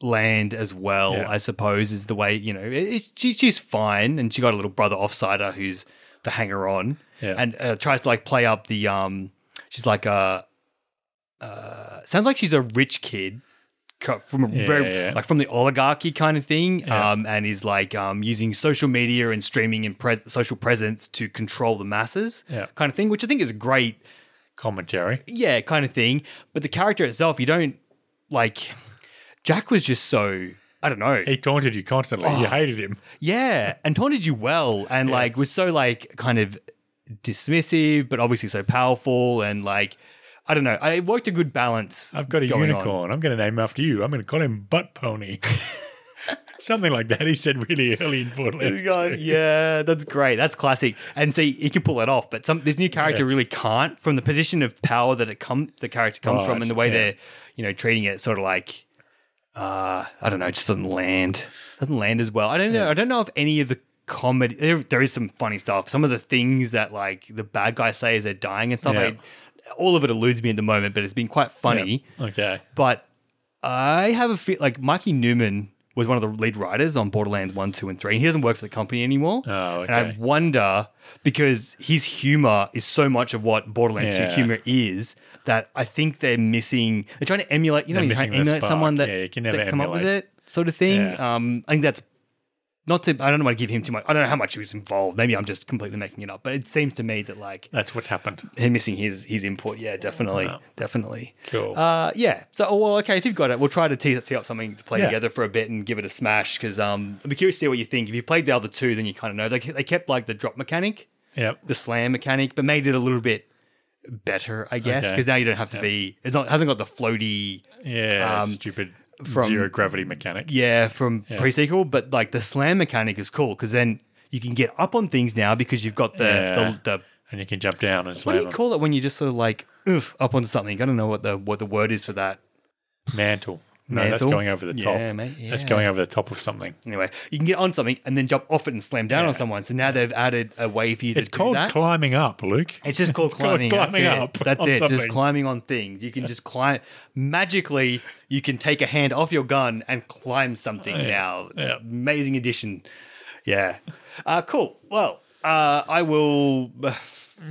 S1: land as well,
S2: Yeah.
S1: I suppose, is the way, you know, it, it, she, she's fine. And she got a little brother offsider who's the hanger on
S2: Yeah.
S1: and uh, tries to like play up the, um, she's like a, uh, sounds like she's a rich kid. co- From a
S2: Yeah,
S1: very
S2: yeah.
S1: like from the oligarchy kind of thing,
S2: Yeah.
S1: um, and is like um, using social media and streaming and pres social presence to control the masses,
S2: Yeah.
S1: kind of thing, which I think is a great
S2: Commentary.
S1: yeah, kind of thing. But the character itself, you don't like. Jack was just so I don't know.
S2: He taunted you constantly.
S1: Oh.
S2: You hated him.
S1: Yeah, and taunted you well, and like was so like kind of dismissive, but obviously so powerful, and like I don't know. I it worked a good balance.
S2: I've got a
S1: going on.
S2: unicorn. I'm going to name him after you. I'm going to call him Butt
S1: [laughs]
S2: Pony. Something like that. He said really early in
S1: Oh
S2: [laughs]
S1: my
S2: Borderlands.
S1: God, yeah, that's great. That's classic. And see, he can pull that off, but some this new character
S2: Yes.
S1: really can't from the position of power that it come the character comes from
S2: Right,
S1: and the way
S2: yeah.
S1: they're, you know, treating it sort of like uh I don't know, it just doesn't land. Doesn't land as well. I don't know. I don't know if any of the comedy there, there is some funny stuff. Some of the things that like the bad guys say as they're dying and stuff,
S2: Yeah.
S1: I, all of it eludes me at the moment, but it's been quite funny
S2: Okay.
S1: but I have a feel like Mikey Newman was one of the lead writers on Borderlands 1, 2, and 3. He doesn't work for the company anymore.
S2: Oh,
S1: And I
S2: okay.
S1: wonder because his humor is so much of what Borderlands 2
S2: Yeah.
S1: humor is that I think they're missing, they're trying to emulate, you know, when
S2: They're
S1: you're trying to
S2: missing the
S1: emulate
S2: spark.
S1: someone that,
S2: Yeah, you can never
S1: that come up with
S2: emulate.
S1: it sort of thing.
S2: Yeah.
S1: Um, I think that's not to, I don't want to give him too much. I don't know how much he was involved. Maybe I'm just completely making it up, but it seems to me that like
S2: That's what's happened.
S1: they're missing his, his input. Yeah, definitely. Definitely.
S2: Cool.
S1: Uh, yeah. So, oh, well, okay. If you've got it, we'll try to tease, tee up something to play
S2: Yeah.
S1: together for a bit and give it a smash. Because um, I'd be curious to see what you think. If you played the other two, then you kind of know. They, they kept like the drop mechanic,
S2: yep.
S1: the slam mechanic, but made it a little bit better, I guess,
S2: Okay.
S1: because now you don't have to be. It's not hasn't got the floaty
S2: Yeah,
S1: Um,
S2: stupid
S1: from-
S2: zero gravity mechanic.
S1: yeah from pre sequel, but like the slam mechanic is cool because then you can get up on things now because you've got the
S2: Yeah.
S1: the, the
S2: And you can jump down and
S1: what
S2: slam
S1: do you
S2: them.
S1: call it when you just sort of like oof up onto something? I don't know what the what the word is for that.
S2: Mantle. No,
S1: Mantle?
S2: that's going over the top.
S1: Yeah, mate,
S2: That's
S1: yeah.
S2: going over the top of something.
S1: Anyway, you can get on something and then jump off it and slam down on someone. So now they've added a way for you to
S2: It's
S1: do
S2: called
S1: that.
S2: climbing up, Luke.
S1: It's just
S2: [laughs]
S1: called
S2: called
S1: climbing. That's
S2: climbing
S1: it.
S2: up
S1: That's
S2: on
S1: it.
S2: something.
S1: Just climbing on things. You can just climb. Magically, you can take a hand off your gun and climb something now. It's
S2: Yeah.
S1: an amazing addition. Yeah. Uh, cool. Well, uh, I will uh,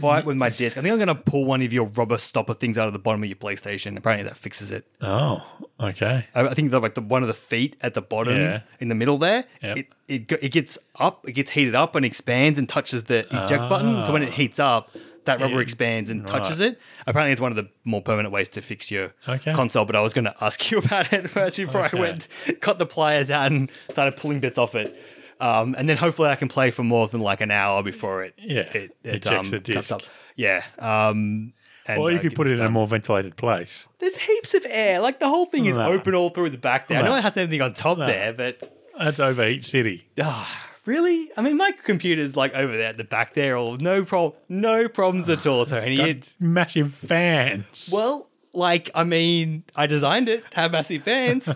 S1: fight with my disc. I think I'm going to pull one of your rubber stopper things out of the bottom of your PlayStation. Apparently, that fixes it.
S2: Oh, okay.
S1: I, I think the, like the one of the feet at the bottom
S2: Yeah.
S1: in the middle there.
S2: Yep.
S1: It, it go- it gets up, it gets heated up and expands and touches the eject button. So when
S2: Ah.
S1: it heats up, that rubber expands and touches it. Apparently, it's one of the more permanent ways to fix your
S2: Okay.
S1: console. But I was going to ask [laughs] you about it first before
S2: Okay.
S1: I went, got the pliers out and started pulling bits off it. Um, and then hopefully I can play for more than like an hour before it
S2: Yeah,
S1: it, it,
S2: ejects
S1: um,
S2: the
S1: cuts
S2: disc.
S1: up. Yeah. Um, and,
S2: Or you
S1: uh,
S2: could
S1: get
S2: put
S1: this
S2: it in a
S1: done.
S2: more ventilated place.
S1: There's heaps of air. Like the whole thing is
S2: Nah.
S1: open all through the back there. I know
S2: Nah.
S1: it has anything on top there, but
S2: That's overheat city.
S1: ah, really? I mean, my computer's like over there at the back there, all no problem, no problems at all. So any
S2: Got
S1: it,
S2: massive fans.
S1: well, like I mean, I designed it to have massive
S2: [laughs]
S1: fans.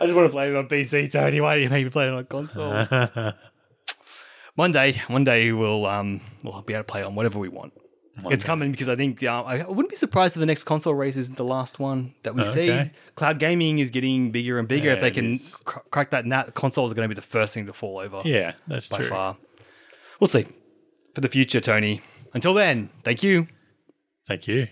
S1: I just want to play it on PC, Tony. Why do you make me play it on
S2: [laughs]
S1: console? one day, one day we'll um we'll be able to play on whatever we want. it's coming because I think um, I wouldn't be surprised if the next console race isn't the last one that we
S2: Okay.
S1: see. Cloud gaming is getting bigger and bigger.
S2: Yeah,
S1: if they
S2: it
S1: can
S2: is.
S1: cr- crack that nut, consoles are going to be the first thing to fall over
S2: Yeah, that's
S1: by
S2: true.
S1: far. We'll see for the future, Tony. Until then, thank you.
S2: Thank you.